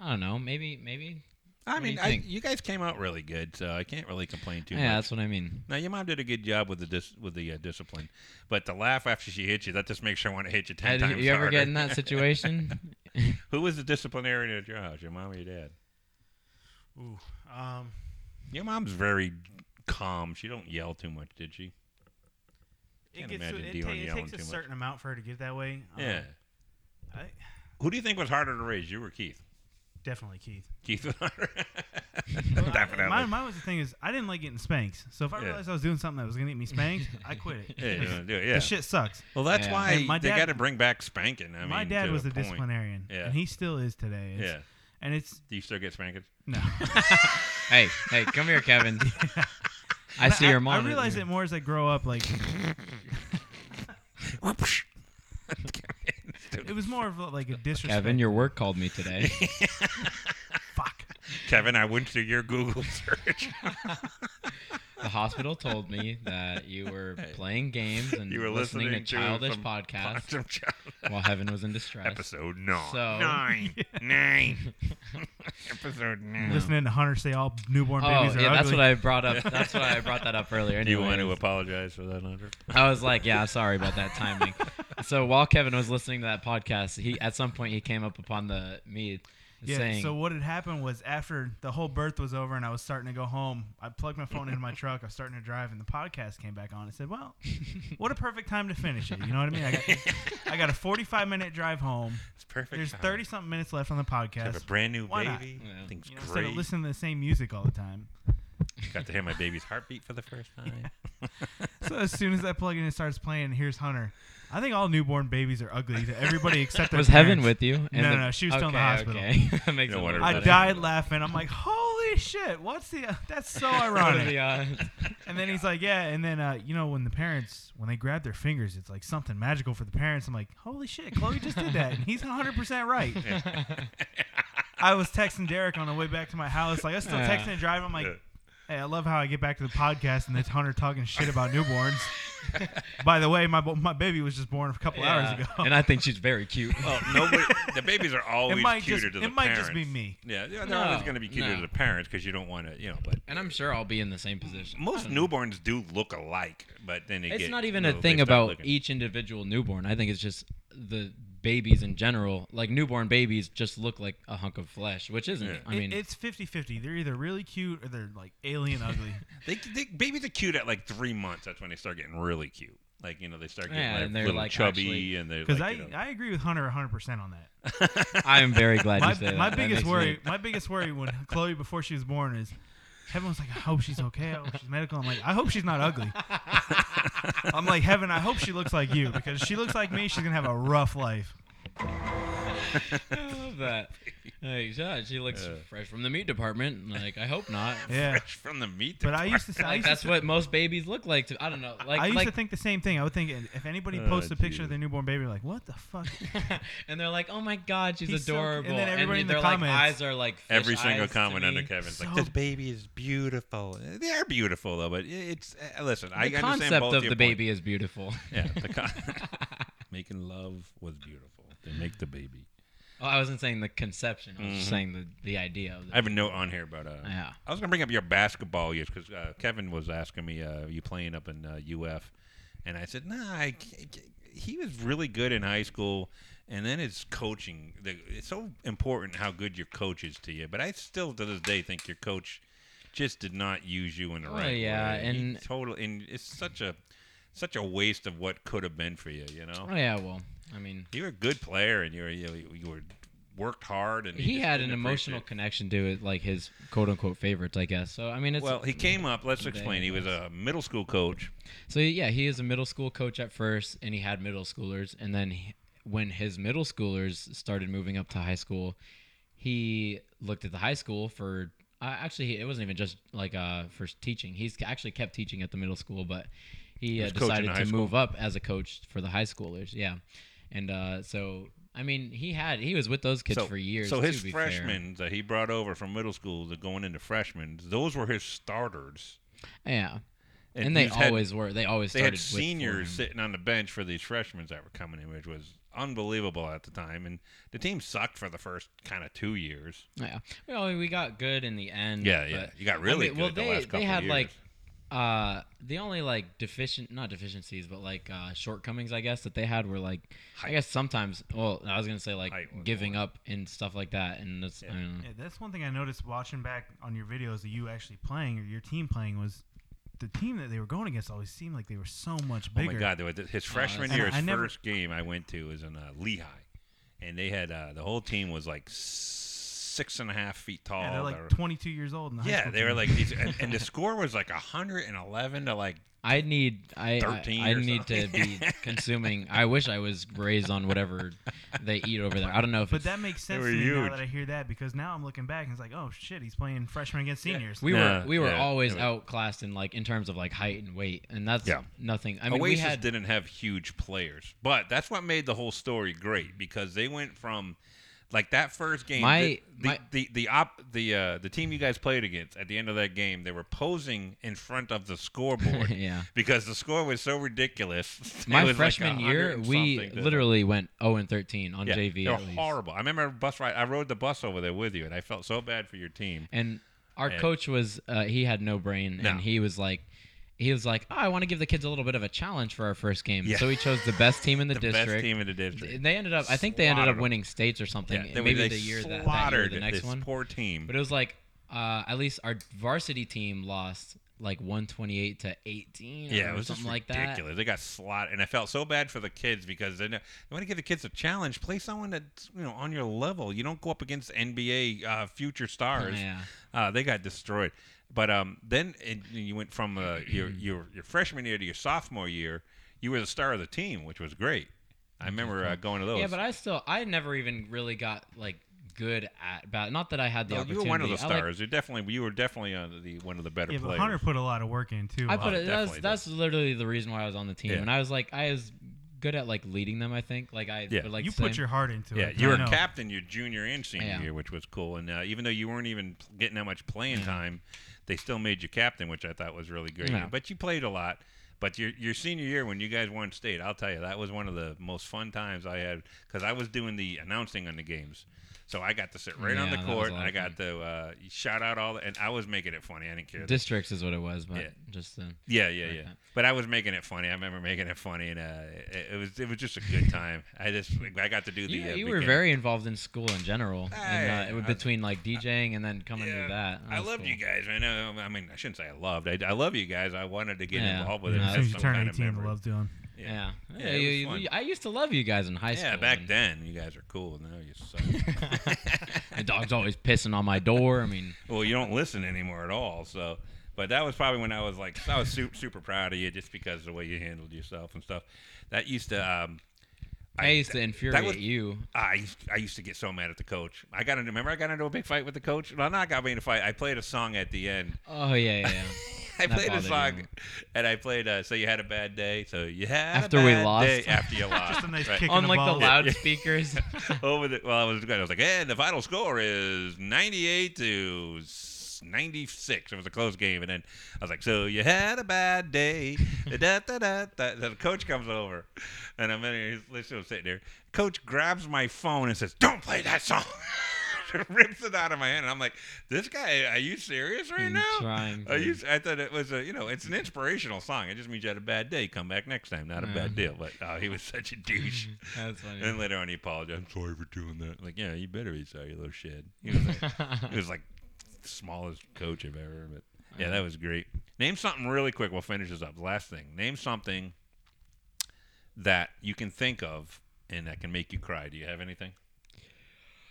B: I don't know, maybe maybe.
A: I
B: What do
A: mean,
B: you
A: you, I,
B: think?
A: you guys came out really good, so I can't really complain too
B: yeah,
A: much.
B: that's what I mean.
A: Now your mom did a good job with the dis- with the uh, discipline, but the laugh after she hit you that just makes her want to hit you ten
B: Had-
A: times.
B: you ever get in
A: harder.
B: that situation?
A: Who was the disciplinarian at your house? Your mom or your dad?
C: Ooh, um,
A: Your mom's very calm. She don't yell too much, did she?
C: it
A: Can't
C: gets
A: imagine
C: it,
A: Dion
C: ta- it
A: yelling
C: takes a
A: too much.
C: certain amount for her to get that way. Um,
A: yeah.
C: I-
A: Who do you think was harder to raise, you or Keith?
C: definitely Keith.
A: Keith was harder.
C: Well, I-
A: Definitely.
C: My, my was the thing is I didn't like getting spanks. So if I
A: Yeah.
C: realized I was doing something that was gonna get me spanked, I quit it.
A: yeah, you don't do it.
C: The
A: Yeah.
C: shit sucks.
A: Well, that's
B: Yeah.
A: why
C: And my
A: they
C: dad-
A: got to bring back spanking. I mean,
C: my dad
A: to
C: was a,
A: point.
C: disciplinarian,
A: Yeah.
C: and he still is today. It's-
A: Yeah.
C: and it's
A: Do you still get spanked?
C: no.
B: hey, hey, come here, Kevin. I see your mom.
C: I realize it more as I grow up. Like it was more of like a disrespect.
B: Kevin, your work called me today.
C: fuck.
A: Kevin, I went to your Google search.
B: The hospital told me that you were playing games and
A: you were
B: listening,
A: listening,
B: to childish
A: some
B: podcasts
A: some child-
B: while Heaven was in distress.
C: Oh,
A: episode nine.
B: So-
A: Nine. Nine. episode nine.
C: Listening to Hunter say all newborn
B: Oh,
C: babies are
B: yeah, that's
C: ugly.
B: what I brought up. That's why I brought that up earlier.
A: Do you want to
B: anyways.
A: apologize for that, Hunter?
B: I was like, yeah, sorry about that timing. so while Kevin was listening to that podcast, he at some point he came up upon the me
C: yeah.
B: saying,
C: So what had happened was after the whole birth was over and I was starting to go home, I plugged my phone into my truck. I was starting to drive, and the podcast came back on. I said, "Well, what a perfect time to finish it." You know what I mean? I got, I got a 45 minute drive home.
A: It's perfect.
C: There's
A: time.
C: 30 something minutes left on the
A: I have
C: podcast.
A: a brand new
C: Why not?
A: baby.
B: Yeah.
A: Things
C: You know, instead
A: great.
C: of listening to the same music all the time.
A: Got to hear my baby's heartbeat for the first time.
C: So as soon as that plug in and starts playing, here's Hunter. I think all newborn babies are ugly to everybody except their
B: "Was Heaven with
C: parents.
B: you?"
C: No,
B: the-
C: no, she was still in the
B: okay,
C: hospital.
B: Okay, that makes
A: You know what,
B: it a little
A: everybody-
C: I
B: better.
C: died laughing. I'm like, holy shit! What's the? That's so
B: What are the
C: ironic.
B: odds?
C: And then he's like, yeah. And then uh, you know when the parents when they grab their fingers, it's like something magical for the parents. I'm like, holy shit! Chloe just did that, and he's 100 percent right. I was texting Derek on the way back to my house. Like I was still
B: Yeah.
C: texting and driving. I'm
A: Yeah.
C: like, hey, I love how I get back to the podcast and it's Hunter talking shit about newborns. By the way, my bo- my baby was just born a couple
B: Yeah,
C: hours ago.
B: and I think she's very cute. Oh,
A: well, nobody. The babies are always
C: it might
A: cuter
C: just
A: to the
C: it might
A: parents.
C: just be me.
A: Yeah, they're
B: No,
A: always going to be cuter
B: no.
A: to the parents because you don't want to, you know. But
B: And I'm sure I'll be in the same position. I
A: most
B: don't know.
A: newborns do look alike, but then they
B: It's
A: get,
B: not even
A: you
B: a
A: know, they
B: thing
A: start
B: about
A: looking-
B: each individual newborn. I think it's just the babies in general. Like newborn babies just look like a hunk of flesh, which isn't.
A: Yeah.
B: I mean,
C: it, it's 50-50. They're either really cute or they're like alien ugly.
A: They, they babies are cute at like three months. That's when they start getting really cute. Like you know, they start getting
B: Yeah,
A: like
B: and they're,
A: little
B: like,
A: chubby,
B: actually-
A: and they're
C: Because
A: like, you
C: I,
A: know,
C: I agree with Hunter 100 percent on that.
B: I am very glad you
C: My,
A: uh,
B: said
C: my
B: that. That
C: biggest
B: makes me-
C: worry my biggest worry when Chloe before she was born is Heaven was like, I hope she's okay. I hope she's medical. I'm like, I hope she's not ugly. I'm like, Heaven, I hope she looks like you because if she looks like me, she's gonna have a rough life.
B: I love "Oh, that. Like, yeah, she looks fresh from the meat department. Like, I hope not.
C: Yeah.
A: fresh from the meat.
C: But I used to say, I
B: Like
C: used, to,
B: that's what most babies look like. To, I don't know. Like,
C: I used
B: like,
C: to think the same thing. I would think if anybody
A: Oh,
C: posts a picture
A: Jesus.
C: of their newborn baby, like, what the fuck?
B: and they're like, "Oh my God, she's
C: He's so cute." And
B: adorable."
C: then everybody in the
B: their like
C: comments-
B: eyes are like
A: Every
B: fish
A: single
B: eyes to
A: comment under
B: me.
A: Kevin's like,
C: So-
A: "This baby is beautiful." They are beautiful though, but it's uh, listen. I
B: The
A: understand
B: concept
A: both
B: of
A: your
B: the
A: points.
B: baby is beautiful.
A: Yeah, the con- making love was beautiful. They make the baby.
B: Oh, I wasn't saying the conception. I was
A: Mm-hmm.
B: just saying the, the idea of
A: I have a note on here about uh.
B: Yeah.
A: I was gonna bring up your basketball years because uh, Kevin was asking me, uh, "You playing up in uh, UF?" And I said, "Nah, I, can't- can't." he was really good in high school, and then his coaching. The, it's so important how good your coach is to you. But I still, to this day, think your coach just did not use you in the
B: Oh,
A: right
B: yeah,
A: way. He
B: and-
A: total, and it's such a such a waste of what could have been for you. You know,
B: Oh yeah, well, I mean,
A: you were a good player, and you were you, you were worked hard and
B: he
A: just
B: had an
A: didn't
B: emotional
A: appreciate-
B: connection to it, like his quote unquote favorites, I guess. So I mean, it's
A: Well, he came up. Let's explain. He was a middle school coach.
B: so yeah, he is a middle school coach at first, and he had middle schoolers, and then he- when his middle schoolers started moving up to high school, he looked at the high school for. Uh, actually, it wasn't even just like uh, for teaching. He's actually kept teaching at the middle school, but he uh,
A: was coaching
B: decided
A: the
B: to
A: high
B: move up as a coach for the high schoolers. Yeah, and uh, so I mean, he had he was with those kids
A: so,
B: for years.
A: So
B: to
A: his
B: be fair.
A: freshmen that he brought over from middle school, that going into freshmen, those were his starters.
B: yeah, and, they
A: he's had-
B: always were. They always
A: they had
B: started with
A: seniors
B: Fulham.
A: sitting on the bench for these freshmen that were coming in, which was unbelievable at the time. And the team sucked for the first kind of two years.
B: Yeah, well, we got good in the end.
A: Yeah, yeah.
B: but-
A: You got
B: I
A: really
B: mean, well,
A: good the
B: they,
A: last couple
B: they had
A: years.
B: like uh, the only like deficient, not deficiencies, but like uh, shortcomings, I guess that they had were like, I guess sometimes. Well, I was gonna say like
A: Height was
B: giving up and stuff like that, and that's I don't know.
C: Yeah, that's one thing I noticed watching back on your videos of you actually playing or your team playing was the team that they were going against always seemed like they were so much bigger.
A: Oh my God! There was his freshman
B: that's-
A: year.
C: And
A: His
C: I never-
A: first game I went to was in uh, Lehigh, and they had uh, the whole team was like six and a half feet tall.
C: Yeah, they're
A: They were-
C: like 22 years old. In the high
A: yeah,
C: school
A: they were
C: team.
A: like these, and, and the score was like hundred and eleven to like
B: I need I
A: 13
B: I, I
A: or
B: need to be consuming. I wish I was raised on whatever they eat over there. I don't know if
C: But
B: it's,
C: that makes sense
A: were
C: to me now
A: huge.
C: that I hear that because now I'm looking back and it's like, oh shit, he's playing freshman against seniors.
B: we
A: Nah,
B: were we were
A: yeah,
B: always
A: it was-
B: outclassed in like in terms of like height and weight, and that's
A: Yeah.
B: nothing. I mean,
A: Oasis
B: we had
A: didn't have huge players, but that's what made the whole story great because they went from like that first game.
B: My-
A: the, the,
B: my-
A: the the op the uh, the team you guys played against at the end of that game, they were posing in front of the scoreboard.
B: Yeah.
A: because the score was so ridiculous. It
B: my
A: was like
B: freshman
A: 100
B: year,
A: and
B: we
A: something to-
B: literally went 0 and 13 on
A: yeah,
B: JV.
A: They were
B: at least.
A: horrible. I remember a bus ride. I rode the bus over there with you, and I felt so bad for your team.
B: And our
A: Yeah.
B: coach was uh, he had no brain,
A: No.
B: and he was like. He was like, oh, I want to give the kids a little bit of a challenge for our first game.
A: Yeah.
B: So he chose the best team in the,
A: The
B: district.
A: best team in the district.
B: Th- They ended up, I think they ended
A: Slaughtered
B: up
A: 'em.
B: winning states or something.
A: they were-
B: maybe
A: they
B: the year that, that year,
A: slaughtered
B: the next
A: this
B: one.
A: Poor team.
B: But it was like, uh, at least our varsity team lost like 128 to 18.
A: Yeah,
B: or
A: it was
B: something
A: just
B: like that.
A: ridiculous. They got slot, and I felt so bad for the kids because they, know, they want to give the kids a challenge. Play someone that's you know on your level. You don't go up against NBA uh, future stars.
B: Yeah.
A: Uh, they got destroyed. But um, then it, you went from uh, your, your your freshman year to your sophomore year. You were the star of the team, which was great. I remember uh, going to those.
B: Yeah, but I still, I never even really got like good at bat. Not that I had the
A: No, you
B: opportunity.
A: were one of the
B: I, like,
A: stars. you definitely you were definitely on the one of the better
C: yeah, but
A: players.
C: Hunter put a lot of work in too.
B: I
C: Wow.
B: put it. That's
A: definitely
B: that's literally the reason why I was on the team,
A: Yeah.
B: and I was like, I was good at like leading them. I think, like I,
A: Yeah.
B: would like
C: you
B: to say-
C: put your heart into
A: Yeah,
C: it.
A: you
C: I
A: were
C: know.
A: captain your junior and senior
B: Yeah.
A: year, which was cool. And uh, even though you weren't even pl- getting that much playing time, they still made you captain, which I thought was really great.
B: Yeah.
A: But you played a lot. But your your senior year when you guys won state, I'll tell you that was one of the most fun times I had because I was doing the announcing on the games. So I got to sit right on the
B: Yeah, that was a
A: court.
B: lot of
A: I got to uh, shout out all, the, and I was making it funny. I didn't care.
B: districts is what it was, but
A: Yeah.
B: just the
A: Yeah, yeah,
B: like
A: yeah.
B: that.
A: But I was making it funny. I remember making it funny, and uh, it, it was it was just a good time. I just I got to do the.
B: you,
A: uh,
B: you were
A: big game.
B: very involved in school in general,
A: Hey,
B: and, uh,
A: I-
B: between like DJing and then coming
A: Yeah.
B: to that.
A: I
B: was
A: loved
B: cool.
A: you guys. I know. I mean, I shouldn't say I loved. I, I love you guys. I wanted to get
B: Yeah.
A: involved with it.
B: Yeah,
A: and
C: As
A: have
C: soon as you
A: some
C: turn
A: kind of
C: 18, you
A: memory.
C: love doing.
B: Yeah,
A: Yeah,
B: Yeah,
A: it
B: you-
A: was
B: you-
A: fun.
B: I used to love you guys in high school.
A: Yeah, back
B: and
A: then you guys are cool. Now you suck.
B: The dog's always pissing on my door. I mean,
A: well, you don't listen anymore at all. So, but that was probably when I was like, I was super super proud of you just because of the way you handled yourself and stuff. That used to. Um,
B: I, used to infuriate
A: was-
B: you.
A: I used, I used to get so mad at the coach. I got into remember I got into a big fight with the coach. Well, not got me into a fight. I played a song at the end.
B: Oh yeah, yeah. yeah.
A: I
B: That
A: played a
B: bothered
A: song,
B: you.
A: and I played. Uh, so you had a bad day. So you had
B: After
A: a
B: we
A: bad
B: lost.
A: day after you lost.
C: Just a nice
A: right.
C: kick.
B: on
C: the
B: like the
C: ball.
B: loudspeakers.
A: Over the well, I was I was like, and the final score is ninety-eight to s- ninety-six. It was a close game, and then I was like, so you had a bad day. da, da, da, da. So the coach comes over, and I'm in here. he's- He's still sitting there. Coach grabs my phone and says, "Don't play that song." Rips it out of my hand, and I'm like, "This guy, are you serious right
B: And
A: now?"
B: trying
A: I
B: to-
A: used, Oh, I thought it was a, you know, it's an inspirational song. It just means you had a bad day. Come back next time. Not a
B: Mm-hmm.
A: bad deal. But oh, he was such a douche.
B: That's funny.
A: And later on, he apologized. I'm sorry for doing that. Like, yeah, you better be sorry, you little shit. He was like, he was like the smallest coach I've ever. But yeah, that was great. Name something really quick. We'll finish this up. Last thing. Name something that you can think of and that can make you cry. Do you have anything?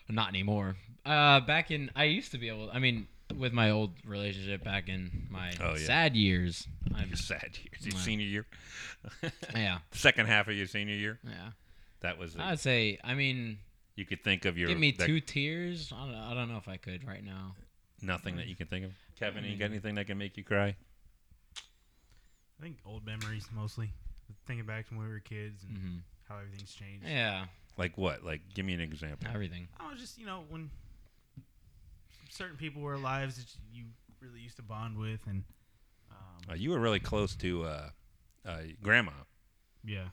B: Not anymore. Uh, back in I used to be able. I mean, with my old relationship back in my
A: Oh, yeah.
B: sad years. I'm,
A: Your sad years, your
B: Wow.
A: senior year,
B: yeah,
A: second half of your senior year.
B: yeah.
A: That was it.
B: I'd say. I mean,
A: you could think of your
B: give me
A: that-
B: two tears. I don't, I don't know if I could right now.
A: nothing that you can think of. Kevin, you got anything that can make you cry?
C: I think old memories mostly. Thinking back to when we were kids and
A: Mm-hmm.
B: hmm
C: how everything's changed.
B: Yeah,
A: Like what? Like give me an example.
B: everything.
C: I was just, you know, when certain people were alive that you really used to bond with, and um,
A: Uh, you were really close to uh, uh, grandma.
C: yeah,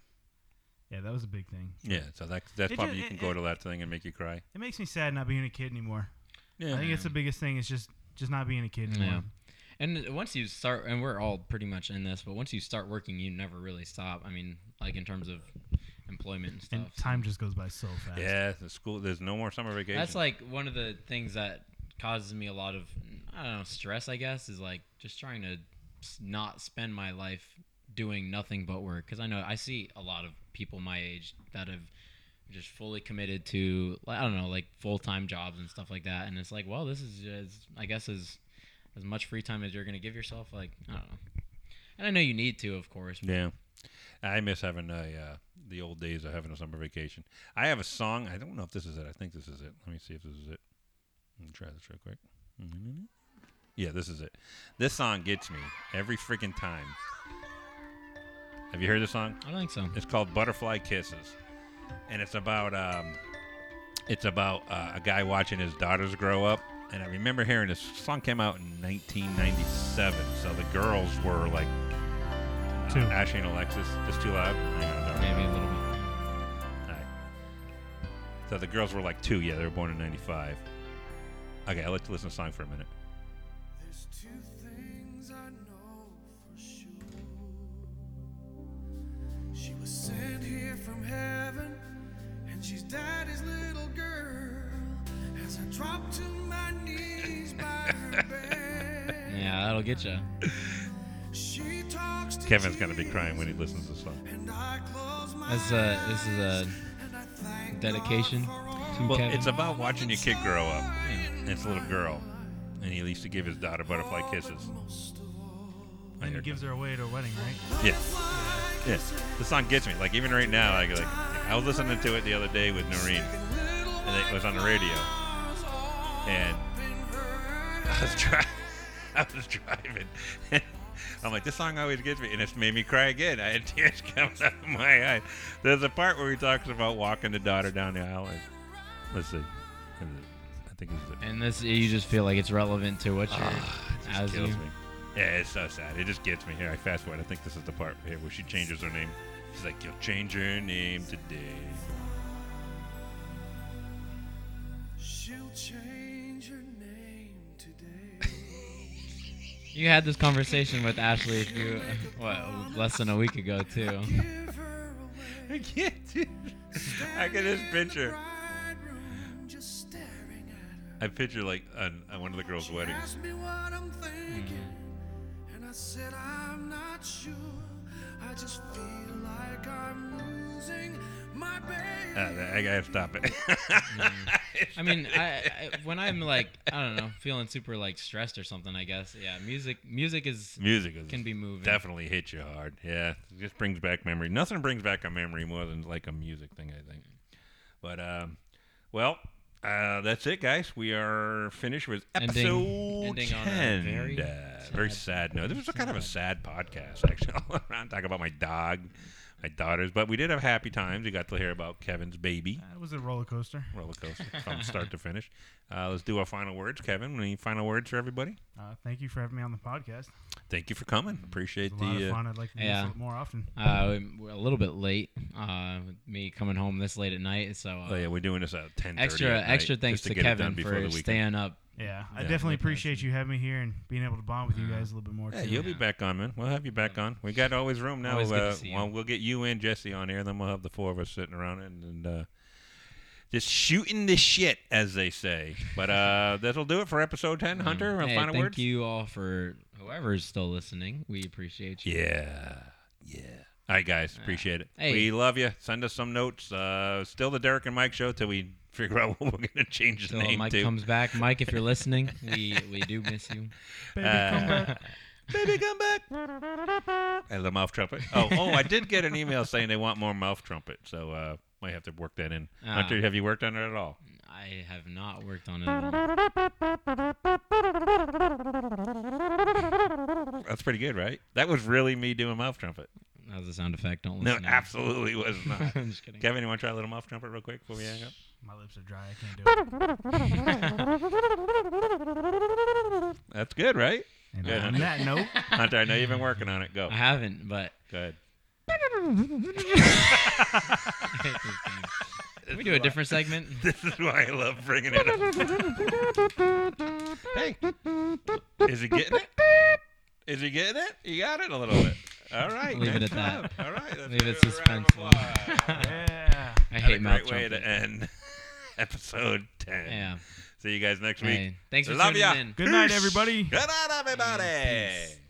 C: yeah, that was a big thing.
A: Yeah, so that that's
C: It
A: probably
C: ju-
A: you can
C: it-
A: go
C: it-
A: to that thing and make you cry.
C: It makes me sad not being a kid anymore.
A: Yeah,
C: I think it's the biggest thing. It's just just not being a kid anymore.
B: Yeah. And once you start, and we're all pretty much in this, but once you start working, you never really stop. I mean, like in terms of employment and stuff.
C: And time just goes by so fast.
A: yeah. The school. There's no more summer vacation.
B: That's like one of the things that causes me a lot of I don't know stress. I guess is like just trying to s- not spend my life doing nothing but work because I know I see a lot of people my age that have just fully committed to I don't know like full time jobs and stuff like that, and it's like well this is as I guess as as much free time as you're gonna give yourself. Like I don't know, and I know you need to of course. but-
A: Yeah. I miss having a, uh, the old days of having a summer vacation. I have a song. I don't know if this is it. I think this is it. Let me see if this is it. Let me try this real quick. Mm-hmm. Yeah, this is it. This song gets me every freaking time. Have you heard this song?
B: I don't think so.
A: It's called Butterfly Kisses, and it's about um, it's about uh, a guy watching his daughters grow up. And I remember hearing this song came out in 1997, so the girls were like uh,
C: Two.
A: Ashley and Alexis. Just too loud. Hang on, no.
B: Maybe a little bit.
A: Alright. So the girls were like two. Yeah, they were born in '95. Okay, I'll let you listen to the song for a minute.
D: There's two things I know for sure. She was sent here from heaven, and she's daddy's little girl. As I drop to my knees by her bed,
B: Yeah, that'll get you.
D: she talks to
A: Kevin's gonna be crying when he listens to the song.
D: And I close my
B: This is a this is a
D: and I thank
B: dedication. To
A: Well,
B: Kevin.
A: it's about watching your kid grow up.
B: Yeah.
A: And it's a little girl, and he used to give his daughter butterfly kisses. I
C: And
A: heard
C: he gives her away at her wedding, right?
A: Yeah. Yeah. The song gets me. Like even right now, I like I was listening to it the other day with Noreen, and it was on the radio, and I was driving. I was driving. I'm like, this song always gets me, and it's made me cry again. I had tears coming out of my eyes. There's a part where he talks about walking the daughter down the aisle. And, let's see. Is it- I think it's the.
B: And this, you just feel like it's relevant to what you're as
A: Ah, Kills
B: you.
A: me. Yeah, it's so sad. It just gets me. Here, I fast forward. I think this is the part here where she changes her name. She's like, "You'll change your name today."
D: She'll change her name today.
B: You had this conversation with Ashley, if you what, less than a week ago too.
D: Give her away.
A: I can't. do- I can just picture.
D: Bridegroom just staring at
A: I picture like on, on one of the girls'
D: her.
A: weddings.
D: Asked me what I'm thinking, and I said I'm not sure. I just feel like I'm losing my
A: Uh,
D: baby.
A: I gotta stop it.
B: I mean, I, I when I'm like, I don't know, feeling super like stressed or something. I guess, yeah. Music, music is
A: Music is
B: can be moving.
A: definitely hit you hard. Yeah, it just brings back memory. Nothing brings back a memory more than like a music thing, I think. But um, well, uh, that's it, guys. We are finished with episode
B: Ending- ending on a
A: ten.
B: very
A: uh, very sad
B: sad-
A: note. This was a kind of a sad podcast, actually. All around talking about my dog, my daughters, but we did have happy times. We got to hear about Kevin's baby.
C: That was a roller coaster.
A: roller coaster from start to finish. Uh, let's do our final words, Kevin. Any final words for everybody?
C: Uh, thank you for having me on the podcast.
A: Thank you for coming.
C: It
A: Appreciate
C: was a lot
A: the.
C: of
A: Uh,
C: fun. I'd like to do
B: yeah.
C: this more often.
B: Uh, we- we're a little bit late. Uh, with me coming home this late at night, so uh,
A: oh yeah, we're doing this at ten.
B: extra extra thanks to, Kevin for staying up.
C: Yeah,
A: Yeah.
C: I definitely Mm-hmm.
B: Like that,
C: appreciate you having me here and being able to bond with you guys a little bit more.
A: Yeah,
C: too.
A: you'll be back on, man. We'll have you back on. We got always room now.
B: Always good to
A: uh,
B: see you.
A: well, we'll get you and Jesse on here, then we'll have the four of us sitting around and, and uh, just shooting the shit, as they say. But uh, that'll do it for episode ten. Hunter,
B: Mm-hmm. Hey,
A: final
B: thank
A: words.
B: you all for whoever's still listening. We appreciate you.
A: Yeah, yeah. All right, guys. Appreciate it.
B: Hey.
A: We love you. Send us some notes. Uh, still the Derek and Mike show till we figure out what we're going to change the
B: Till
A: name
B: Mike
A: to.
B: comes back. Mike, if you're listening, we we do miss you.
C: Baby,
A: Uh,
C: come back.
A: Baby, come back. And the mouth trumpet. Oh, oh, I did get an email saying they want more mouth trumpet. So uh, might have to work that in.
B: Ah.
A: Hunter, have you worked on it at all?
B: I have not worked on it. At all.
A: That's pretty good, right? That was really me doing mouth trumpet.
B: That was a sound effect. Don't
A: No,
B: listen. to it.
A: absolutely was not.
B: I'm just kidding.
A: Kevin, you want to try a little mouth trumpet real quick before we hang up?
C: My lips are dry. I can't do it.
A: That's good, right?
C: And
A: Good,
C: on
A: huh?
C: that note,
A: Hunter, I know you've been working on it. Go.
B: I haven't, but
A: Go ahead.
B: Can we do a different segment.
A: This is why I love bringing it up. hey, is he getting it? Is he getting it? You got it a little bit. All right.
B: Leave
A: nice
B: it at that.
A: job. All right. let's
B: Leave
A: give
B: it
A: a round of
B: suspenseful.
A: applause.
C: yeah.
B: I
A: What a
B: hate mouth
A: great way to
B: trumpet.
A: end episode 10.
B: Yeah.
A: See you guys next week.
B: Hey, thanks for
A: Love
B: tuning
A: ya.
B: in.
C: Good night,
A: Peace.
C: everybody.
A: Good night, everybody.
B: Yeah, peace.